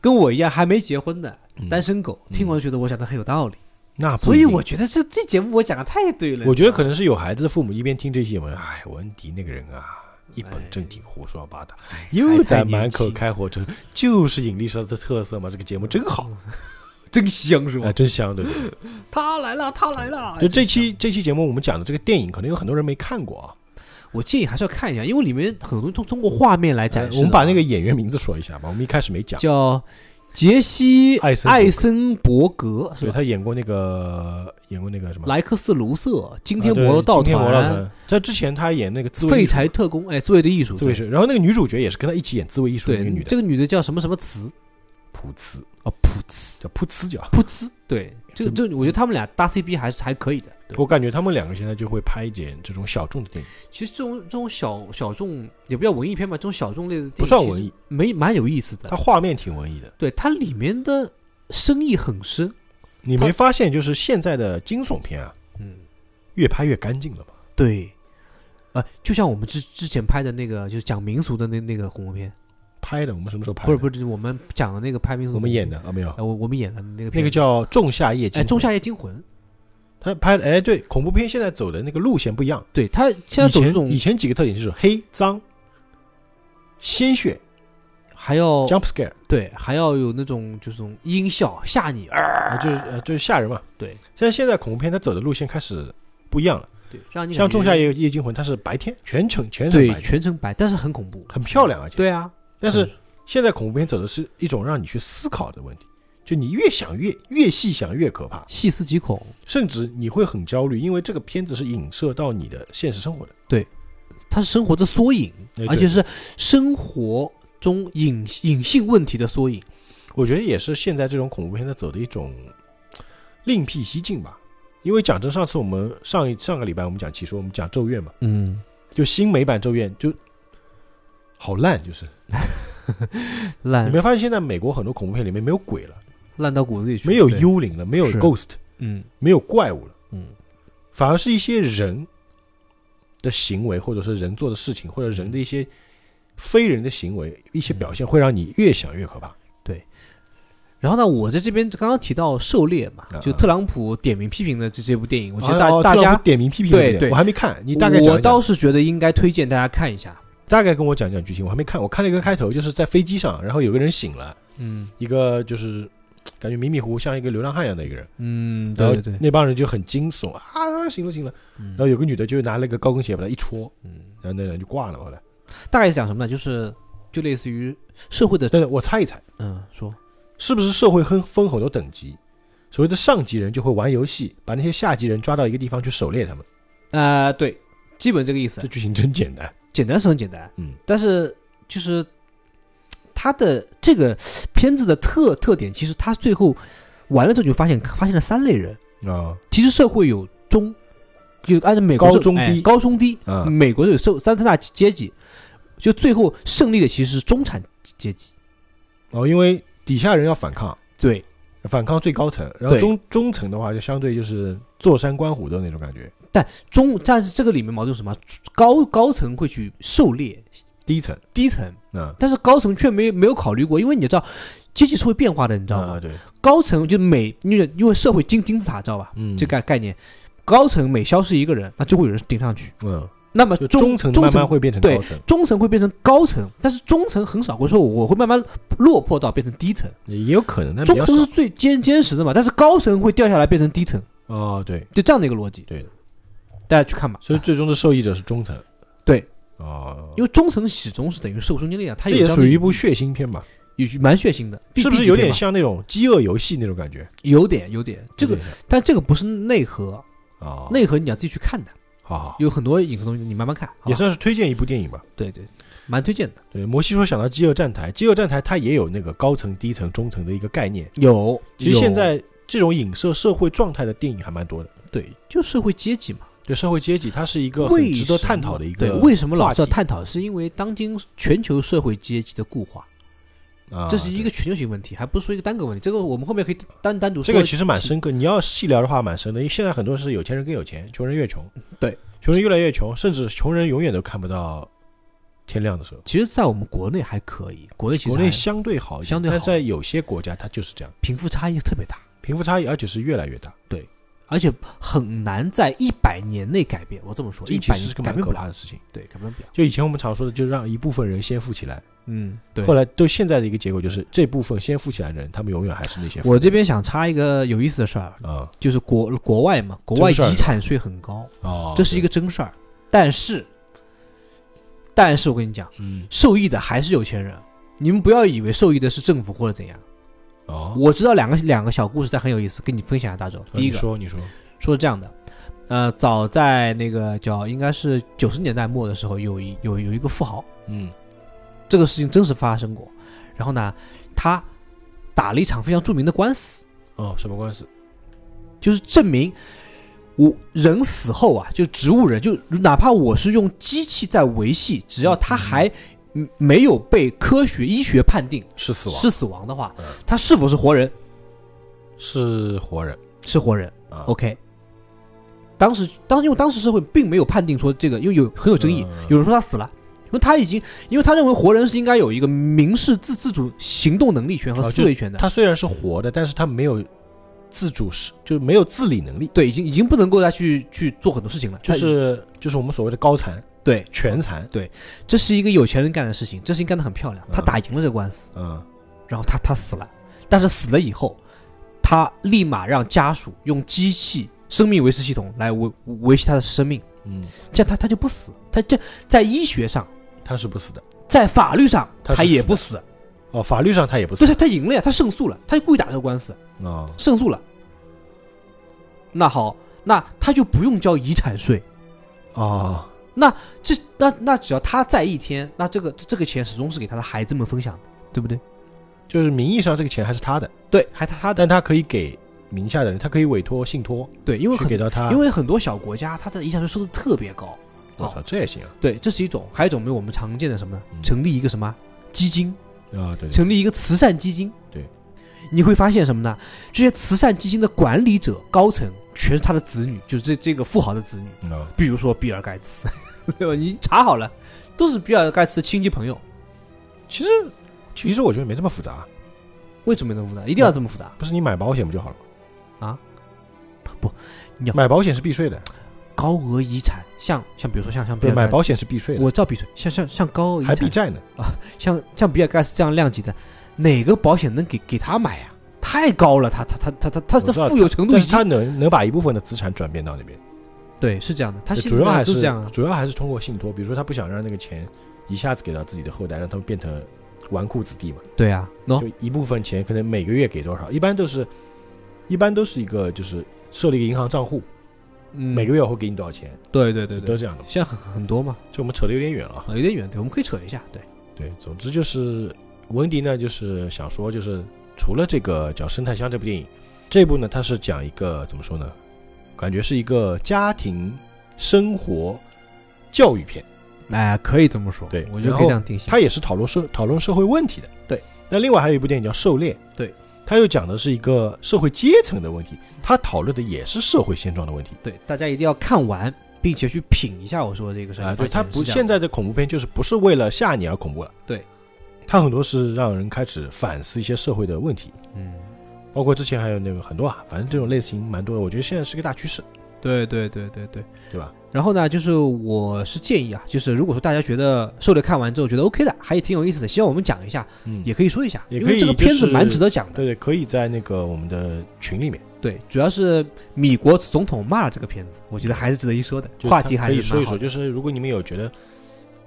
Speaker 2: 跟我一样还没结婚的
Speaker 1: 嗯
Speaker 2: 单身狗，听完就觉得我讲的很有道理，
Speaker 1: 那不
Speaker 2: 所
Speaker 1: 一
Speaker 2: 以
Speaker 1: 定
Speaker 2: 我觉得这这节目我讲的太对了。
Speaker 1: 我觉得
Speaker 2: 你
Speaker 1: 可
Speaker 2: 知道吗
Speaker 1: 能是有孩子的父母一边听这期节目，哎，文迪那个人啊，一本正经胡说八道，又在满口开火车，就是引力社的特色嘛。这个节目真好，
Speaker 2: 真香是吧？
Speaker 1: 哎，真香，对不对？
Speaker 2: 他来了，他来了。
Speaker 1: 就这期这期节目我们讲的这个电影，可能有很多人没看过啊。
Speaker 2: 我建议还是要看一下，因为里面很多通通过画面来
Speaker 1: 哎
Speaker 2: 展示的啊。
Speaker 1: 我们把那个演员名字说一下吧，我们一开始没讲，
Speaker 2: 叫杰西
Speaker 1: 艾森伯格
Speaker 2: 艾森伯格是
Speaker 1: 对
Speaker 2: 吧？
Speaker 1: 他演过那个演过那个什么
Speaker 2: 莱克斯卢瑟、惊天
Speaker 1: 啊对
Speaker 2: 魔盗
Speaker 1: 惊天魔盗
Speaker 2: 团、
Speaker 1: 团，他之前他演那个自卫
Speaker 2: 废
Speaker 1: 艺术
Speaker 2: 柴特工，哎，自卫的艺术，
Speaker 1: 自卫
Speaker 2: 对
Speaker 1: 是，然后那个女主角也是跟他一起演自卫艺术的那个
Speaker 2: 对
Speaker 1: 女的
Speaker 2: 这个女的叫什么什么茨
Speaker 1: 普茨，
Speaker 2: 哦，普茨
Speaker 1: 叫普茨叫。
Speaker 2: 普茨，对，这个这个我觉得他们俩搭 CP 还是还可以的。对
Speaker 1: 我感觉他们两个现在就会拍一点这种小众的电影，
Speaker 2: 其实这种这种小小众也不叫文艺片吧，这种小众类的电影
Speaker 1: 不算文
Speaker 2: 其
Speaker 1: 艺
Speaker 2: 实，没蛮有意思
Speaker 1: 它
Speaker 2: 的。
Speaker 1: 画面挺文艺的。
Speaker 2: 对它里面的深意很深，
Speaker 1: 你没发现就是现在的惊悚片啊，
Speaker 2: 嗯。
Speaker 1: 越拍越干净了吗？
Speaker 2: 对，呃，就像我们之之前拍的那个，就是讲民俗的那那个恐怖片，
Speaker 1: 拍的我们什么时候拍的？
Speaker 2: 不是不
Speaker 1: 是，
Speaker 2: 是，就是我们讲的那个拍民俗，
Speaker 1: 我们演的，啊，没有
Speaker 2: 哎、，我我们演的那个
Speaker 1: 那
Speaker 2: 片
Speaker 1: 个
Speaker 2: 子，
Speaker 1: 叫《仲夏夜惊
Speaker 2: 哎，
Speaker 1: 魂》。
Speaker 2: 《仲夏夜惊魂》，
Speaker 1: 他拍的哎，对，恐怖片现在走的那个路线不一样。
Speaker 2: 对他现在走这
Speaker 1: 以
Speaker 2: 种
Speaker 1: 前以前几个特点就是黑、脏、鲜血、
Speaker 2: 还要
Speaker 1: jump scare，
Speaker 2: 对还要有那种就是这种音效吓你，啊、
Speaker 1: 啊就是呃就是吓人嘛。
Speaker 2: 对
Speaker 1: 现在现在恐怖片它走的路线开始不一样了，
Speaker 2: 对，让你
Speaker 1: 像《
Speaker 2: 感觉
Speaker 1: 仲夏夜夜惊魂》，它是白天全程全程
Speaker 2: 嗯对
Speaker 1: 白天，
Speaker 2: 全程白，但是很恐怖，
Speaker 1: 很漂亮而且。
Speaker 2: 对啊，
Speaker 1: 但是
Speaker 2: 很
Speaker 1: 现在恐怖片走的是一种让你去思考的问题，就你越想越越细想越可怕，
Speaker 2: 细思极恐，
Speaker 1: 甚至你会很焦虑，因为这个片子是影射到你的现实生活的。
Speaker 2: 它是生活的缩影，
Speaker 1: 哎
Speaker 2: 而
Speaker 1: 对
Speaker 2: 且是生活中隐隐性问题的缩影。
Speaker 1: 我觉得也是现在这种恐怖片它走的一种另辟蹊径吧。因为讲真，上次我们上一上个礼拜我们讲其实我们讲《咒怨》嘛，
Speaker 2: 嗯，
Speaker 1: 就新美版《咒怨》就好烂，就是你
Speaker 2: 烂
Speaker 1: 没发现现在美国很多恐怖片里面没有鬼了，
Speaker 2: 烂到骨子里去，
Speaker 1: 没有
Speaker 2: 对，
Speaker 1: 幽灵了，没有
Speaker 2: 是
Speaker 1: ghost，
Speaker 2: 嗯
Speaker 1: 没有怪物了。
Speaker 2: 嗯。
Speaker 1: 反而是一些人的行为，或者是人做的事情，或者人的一些非人的行为、一些表现，会让你越想越可怕。
Speaker 2: 然后呢，我在这边刚刚提到《狩猎》嘛
Speaker 1: 啊，哦
Speaker 2: 就特朗普点名批评的这这部电影，我
Speaker 1: 我
Speaker 2: 觉得大、大家，
Speaker 1: 点名批评
Speaker 2: 对
Speaker 1: 这个点
Speaker 2: 对
Speaker 1: 我还没看，你大概
Speaker 2: 我
Speaker 1: 讲一
Speaker 2: 倒
Speaker 1: 讲，
Speaker 2: 是觉得应该推荐大家看一下。
Speaker 1: 大概跟我讲讲剧情，我还没看，我看了一个开头，就是在飞机上，然后有个人醒了，
Speaker 2: 嗯
Speaker 1: 一个就是感觉迷迷糊糊像一个流浪汉一样的一个人，
Speaker 2: 嗯，
Speaker 1: 然
Speaker 2: 对
Speaker 1: 后
Speaker 2: 对对，
Speaker 1: 那帮人就很惊悚啊，醒了醒了，
Speaker 2: 嗯
Speaker 1: 然后有个女的就拿了个高跟鞋把他一戳，
Speaker 2: 嗯，
Speaker 1: 然后那人就挂了嘛。后来，
Speaker 2: 大概是讲什么呢？就是就类似于社会的，
Speaker 1: 但是我猜一猜。
Speaker 2: 嗯，说
Speaker 1: 是不是社会分分很多等级？所谓的上级人就会玩游戏，把那些下级人抓到一个地方去狩猎他们。
Speaker 2: 呃，对，基本这个意思
Speaker 1: 这。剧情真简单，
Speaker 2: 简单是很简单，
Speaker 1: 嗯，
Speaker 2: 但是就是它的这个片子的特特点，其实它最后完了之后就发现发现了三类人，
Speaker 1: 啊
Speaker 2: 其实社会有中，就按照美国
Speaker 1: 高
Speaker 2: 社
Speaker 1: 中
Speaker 2: 哎
Speaker 1: 低
Speaker 2: 高中低，
Speaker 1: 嗯
Speaker 2: 美国有社三三大阶级，就最后胜利的其实是中产阶级。
Speaker 1: 哦，因为底下人要反抗，
Speaker 2: 对
Speaker 1: 反抗最高层，然后
Speaker 2: 对
Speaker 1: 中中层的话就相对就是坐山观虎斗那种感觉，
Speaker 2: 中，但是这个里面矛盾是什么？高高层会去狩猎
Speaker 1: 低层，
Speaker 2: 低层，
Speaker 1: 嗯，
Speaker 2: 啊但是高层却没没有考虑过，因为你知道阶级是会变化的，你知道吗？
Speaker 1: 啊对，高
Speaker 2: 高层就每因为因为社会金金字塔，知道吧？
Speaker 1: 嗯
Speaker 2: 这概概念，高层每消失一个人，那就会有人顶上去。
Speaker 1: 嗯，
Speaker 2: 那么
Speaker 1: 就
Speaker 2: 呃中
Speaker 1: 层
Speaker 2: 中
Speaker 1: 慢
Speaker 2: 层
Speaker 1: 慢会变成
Speaker 2: 对
Speaker 1: 高层，
Speaker 2: 中层会变成高层，但是中层很少会说我会慢慢落魄到变成低层。
Speaker 1: 也有可能，但比
Speaker 2: 中
Speaker 1: 较
Speaker 2: 层
Speaker 1: 少
Speaker 2: 是最坚坚实的嘛，但是高层会掉下来变成低层，
Speaker 1: 哦，对，
Speaker 2: 就这样的一个逻辑。
Speaker 1: 对的，
Speaker 2: 大家去看吧。
Speaker 1: 所以最终的受益者是中层，
Speaker 2: 对，
Speaker 1: 哦，
Speaker 2: 因为中层始终是等于社会中间力量，它
Speaker 1: 这
Speaker 2: 有
Speaker 1: 也
Speaker 2: 这样
Speaker 1: 属
Speaker 2: 的
Speaker 1: 于一部血腥片吧？
Speaker 2: 也是蛮血腥的，
Speaker 1: 是不是有点
Speaker 2: 像？
Speaker 1: 像那种饥饿游戏那种感觉？
Speaker 2: 有点有点，这
Speaker 1: 有
Speaker 2: 个
Speaker 1: 点像
Speaker 2: 但这个不是内核，
Speaker 1: 哦，
Speaker 2: 内核你要自己去看的，
Speaker 1: 好好，
Speaker 2: 有很多影视东西你慢慢看，好吧
Speaker 1: 也算是推荐一部电影吧。
Speaker 2: 对对，蛮推荐的。
Speaker 1: 对，摩西说想到饥饿站台，饥饿站台它也有那个高层、低层、中层的一个概念。
Speaker 2: 有，
Speaker 1: 其实
Speaker 2: 有
Speaker 1: 现在这种影射社会状态的电影还蛮多的。
Speaker 2: 对，就社会阶级嘛，
Speaker 1: 对社会阶级，它是一个
Speaker 2: 为
Speaker 1: 很值得
Speaker 2: 什么
Speaker 1: 探讨的一
Speaker 2: 对
Speaker 1: 个
Speaker 2: 为什么老
Speaker 1: 话
Speaker 2: 是要
Speaker 1: 题
Speaker 2: 探讨？是因为当今全球社会阶级的固化，
Speaker 1: 啊，
Speaker 2: 这是一个
Speaker 1: 对
Speaker 2: 全球性问题，还不是说一个单个问题。这个我们后面可以单单独
Speaker 1: 这
Speaker 2: 说。
Speaker 1: 个其实蛮深刻。你要细聊的话，蛮深的，因为现在很多是有钱人更有钱，穷人越穷。
Speaker 2: 嗯对，
Speaker 1: 穷人越来越穷，甚至穷人永远都看不到天亮的时候。
Speaker 2: 其实，在我们国内还可以，国内其实
Speaker 1: 国内
Speaker 2: 还
Speaker 1: 相对好一点，
Speaker 2: 相对
Speaker 1: 但
Speaker 2: 好
Speaker 1: 在有些国家它就是这样，
Speaker 2: 贫富差异特别大，
Speaker 1: 贫富差异而且是越来越大，
Speaker 2: 而且很难在一百年内改变。我这么说，
Speaker 1: 这
Speaker 2: 一
Speaker 1: 其
Speaker 2: 百
Speaker 1: 实
Speaker 2: 年
Speaker 1: 是个
Speaker 2: 改
Speaker 1: 蛮
Speaker 2: 变
Speaker 1: 可
Speaker 2: 不
Speaker 1: 怕
Speaker 2: 了，
Speaker 1: 的事情。
Speaker 2: 对，改变不了。
Speaker 1: 就以前我们常说的，就让一部分人先富起来，
Speaker 2: 嗯，对。
Speaker 1: 后来都现在的一个结果就是，这部分先富起来的人，他们永远还是那些富
Speaker 2: 我这边想插一个有意思的事儿，
Speaker 1: 啊
Speaker 2: 就是国国外嘛，国外
Speaker 1: 这个事儿
Speaker 2: 遗产税很高，
Speaker 1: 哦，
Speaker 2: 这是一个真事儿。但是，但是我跟你讲，
Speaker 1: 嗯
Speaker 2: 受益的还是有钱人。你们不要以为受益的是政府或者怎样。
Speaker 1: 哦，
Speaker 2: 我知道两个两个小故事，但很有意思，跟你分享一下。大周，第一
Speaker 1: 你
Speaker 2: 个
Speaker 1: 说你说
Speaker 2: 说是这样的，呃，早在那个叫应该是九十年代末的时候，有一有有一个富豪，
Speaker 1: 嗯
Speaker 2: 这个事情真实发生过。然后呢，他打了一场非常著名的官司，
Speaker 1: 哦什么官司
Speaker 2: 就是证明我人死后啊，就植物人，就哪怕我是用机器在维系，只要他还嗯没有被科学医学判定
Speaker 1: 是死亡
Speaker 2: 是死亡的话
Speaker 1: 嗯，
Speaker 2: 他是否是活人？
Speaker 1: 是活人
Speaker 2: 是活人。
Speaker 1: 啊
Speaker 2: OK。当时，当因为当时社会并没有判定说这个，因为有很有争议
Speaker 1: 嗯，
Speaker 2: 有人说他死了，因为他已经，因为他认为活人是应该有一个民事自自主行动能力权和
Speaker 1: 哦就
Speaker 2: 思维权的，
Speaker 1: 他虽然是活的，但是他没有自主是就没有自理能力，
Speaker 2: 对，已经已经不能够再去去做很多事情了，
Speaker 1: 就
Speaker 2: 他
Speaker 1: 是就是我们所谓的高残
Speaker 2: 对
Speaker 1: 全残，
Speaker 2: 这是一个有钱人干的事情，这事情干得很漂亮。他
Speaker 1: 嗯
Speaker 2: 打赢了这个官司，
Speaker 1: 嗯
Speaker 2: 然后他他死了，但是死了以后，他立马让家属用机器生命维持系统来维维系他的生命，
Speaker 1: 嗯，
Speaker 2: 这样他他就不死。他这在医学上，
Speaker 1: 他是不死的
Speaker 2: 在法律上
Speaker 1: 他是
Speaker 2: 他 也不死，
Speaker 1: 哦，法律上他也不死
Speaker 2: 对他他赢了呀，他胜诉了，他就故意打这个官司，
Speaker 1: 啊
Speaker 2: 胜诉了。那好，那他就不用交遗产税。
Speaker 1: 哦
Speaker 2: 这那那只要他在一天，那这个这个钱始终是给他的孩子们分享的，对不对？
Speaker 1: 就是名义上这个钱还是他的，
Speaker 2: 对，还他他的
Speaker 1: 但他可以给名下的人，他可以委托信托
Speaker 2: 对，因为
Speaker 1: 去
Speaker 2: 很
Speaker 1: 给到他。
Speaker 2: 因为哦很多小国家它的遗产税收的特别高。
Speaker 1: 我操，这也行啊！
Speaker 2: 对，这是一种，还有一种没有我们常见的什么呢
Speaker 1: 嗯？
Speaker 2: 成立一个什么基金，
Speaker 1: 啊，对对
Speaker 2: 成立一个慈善基金。
Speaker 1: 对，
Speaker 2: 你会发现什么呢？这些慈善基金的管理者高层全是他的子女，就是这这个富豪的子女，
Speaker 1: 对，啊，
Speaker 2: 比如说比尔盖茨， 对吧？你查好了，都是比尔盖茨的亲戚朋友。
Speaker 1: 其实其实我觉得没这么复杂，啊
Speaker 2: 为什么那么复杂？一定要这么复杂？
Speaker 1: 不是你买保险不就好了吗？
Speaker 2: 啊要
Speaker 1: 买保险是避税的，
Speaker 2: 高额遗产，像像比如说像像比
Speaker 1: 对，
Speaker 2: 尔
Speaker 1: 买
Speaker 2: 盖茨，
Speaker 1: 保险是避税的，
Speaker 2: 我照比如像像像高额遗
Speaker 1: 还避
Speaker 2: 产，
Speaker 1: 债呢。
Speaker 2: 像像比尔盖茨这样量级的，哪个保险能给给他买呀、太高了，他他他他他他
Speaker 1: 我
Speaker 2: 这
Speaker 1: 知道
Speaker 2: 富有程度
Speaker 1: 但
Speaker 2: 已
Speaker 1: 是
Speaker 2: 经
Speaker 1: 他能能把一部分的资产转变到那边，
Speaker 2: 对是这样的，他
Speaker 1: 对
Speaker 2: 现
Speaker 1: 主要
Speaker 2: 在
Speaker 1: 还
Speaker 2: 都
Speaker 1: 是
Speaker 2: 这样啊。
Speaker 1: 主要还是通过信托，比如说他不想让那个钱一下子给到自己的后代，让他们变成纨绔子弟嘛，
Speaker 2: 对啊，喏、
Speaker 1: 就一部分钱可能每个月给多少，一般都是一般都是一个就是设立一个银行账户，
Speaker 2: 嗯
Speaker 1: 每个月我会给你多少钱，
Speaker 2: 对对对
Speaker 1: 都
Speaker 2: 对，
Speaker 1: 这样的嘛。
Speaker 2: 现在很很多嘛，
Speaker 1: 就我们扯得有点远了啊
Speaker 2: 啊。有点远，对，我们可以扯一下，对，
Speaker 1: 对，总之就是文迪呢，就是想说，就是除了这个叫《生态箱》这部电影，这部呢，它是讲一个怎么说呢？感觉是一个家庭生活教育片，
Speaker 2: 哎，可以这么说，
Speaker 1: 对
Speaker 2: 我觉得
Speaker 1: 然
Speaker 2: 可以
Speaker 1: 后
Speaker 2: 这样定性。
Speaker 1: 它也是讨论社讨论社会问题的。
Speaker 2: 对，
Speaker 1: 那另外还有一部电影叫《狩猎》，
Speaker 2: 对，
Speaker 1: 它又讲的是一个社会阶层的问题，它讨论的也是社会现状的问题。
Speaker 2: 对，大家一定要看完，并且去品一下我说的这个事
Speaker 1: 啊，
Speaker 2: 情。
Speaker 1: 对，它不现
Speaker 2: 现
Speaker 1: 在的恐怖片就是不是为了吓你而恐怖了，
Speaker 2: 对，
Speaker 1: 它很多是让人开始反思一些社会的问题，
Speaker 2: 嗯，
Speaker 1: 包括之前还有那个很多啊，反正这种类型蛮多的，我觉得现在是个大趋势，
Speaker 2: 对对对对对。
Speaker 1: 对吧？
Speaker 2: 然后呢，就是我是建议啊，就是如果说大家觉得受的看完之后觉得 OK 的，还挺有意思的，希望我们讲一下，
Speaker 1: 嗯，
Speaker 2: 也可以说一下，
Speaker 1: 也
Speaker 2: 因
Speaker 1: 可
Speaker 2: 为
Speaker 1: 以
Speaker 2: 这个片子
Speaker 1: 就是
Speaker 2: 蛮值得讲的。
Speaker 1: 对对，可以在那个我们的群里面，
Speaker 2: 对，主要是米国总统骂了这个片子，我觉得还是值得一说的，
Speaker 1: 嗯就
Speaker 2: 话
Speaker 1: 它
Speaker 2: 题还
Speaker 1: 可
Speaker 2: 是
Speaker 1: 以说一
Speaker 2: 蛮
Speaker 1: 说，
Speaker 2: 好的。
Speaker 1: 就是如果你们有觉得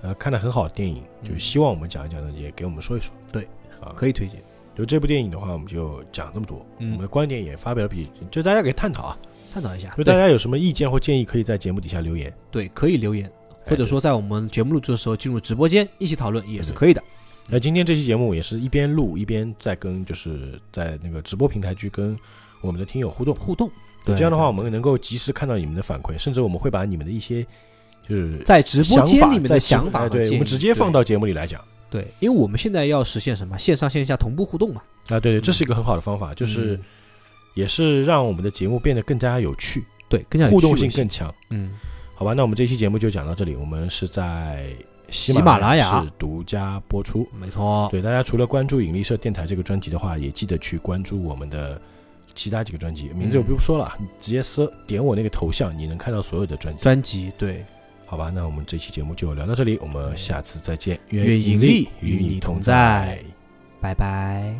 Speaker 1: 呃看的很好的电影，
Speaker 2: 嗯
Speaker 1: 就希望我们讲一讲的，也给我们说一说。
Speaker 2: 对，
Speaker 1: 啊，
Speaker 2: 可以推荐。
Speaker 1: 就这部电影的话，我们就讲这么多，
Speaker 2: 嗯
Speaker 1: 我们的观点也发表了比，就大家可以探讨啊，
Speaker 2: 探讨一下，
Speaker 1: 就大
Speaker 2: 对
Speaker 1: 家有什么意见或建议，可以在节目底下留言。
Speaker 2: 对，可以留言，或者
Speaker 1: 哎对
Speaker 2: 说在我们节目录制的时候进入直播间一起讨论也是
Speaker 1: 对对
Speaker 2: 可以的。
Speaker 1: 那今天这期节目也是一边录一边在跟就是在那个直播平台去跟我们的听友互动，
Speaker 2: 互动，
Speaker 1: 这样的话我
Speaker 2: 们
Speaker 1: 们能够及时看到你们的反馈，甚至我们会把你们的一些就是
Speaker 2: 在直播
Speaker 1: 想
Speaker 2: 间
Speaker 1: 法
Speaker 2: 里面
Speaker 1: 在
Speaker 2: 的
Speaker 1: 直
Speaker 2: 想法
Speaker 1: 哎
Speaker 2: 和
Speaker 1: 对我
Speaker 2: 建
Speaker 1: 们
Speaker 2: 议
Speaker 1: 直接放
Speaker 2: 对
Speaker 1: 到节目里来讲
Speaker 2: 对，因为我们现在要实现什么线上线下同步互动嘛，
Speaker 1: 啊，对对，这是一个很好的方法，就是
Speaker 2: 嗯
Speaker 1: 也是让我们的节目变得更加有趣，
Speaker 2: 对更加有
Speaker 1: 互动
Speaker 2: 趣味
Speaker 1: 性更强，
Speaker 2: 嗯，
Speaker 1: 好吧？那我们这期节目就讲到这里，我们是在喜
Speaker 2: 喜马拉雅
Speaker 1: 是独家播出。
Speaker 2: 没错，
Speaker 1: 对大家除了关注引力社电台这个专辑的话，也记得去关注我们的其他几个专辑，名字我不用说了，你直接搜点我那个头像，你能看到所有的专辑。
Speaker 2: 专辑对，
Speaker 1: 好吧，那我们这期节目就聊到这里，我们下次再见。
Speaker 2: 愿引力与你同在
Speaker 1: 在
Speaker 2: 拜拜。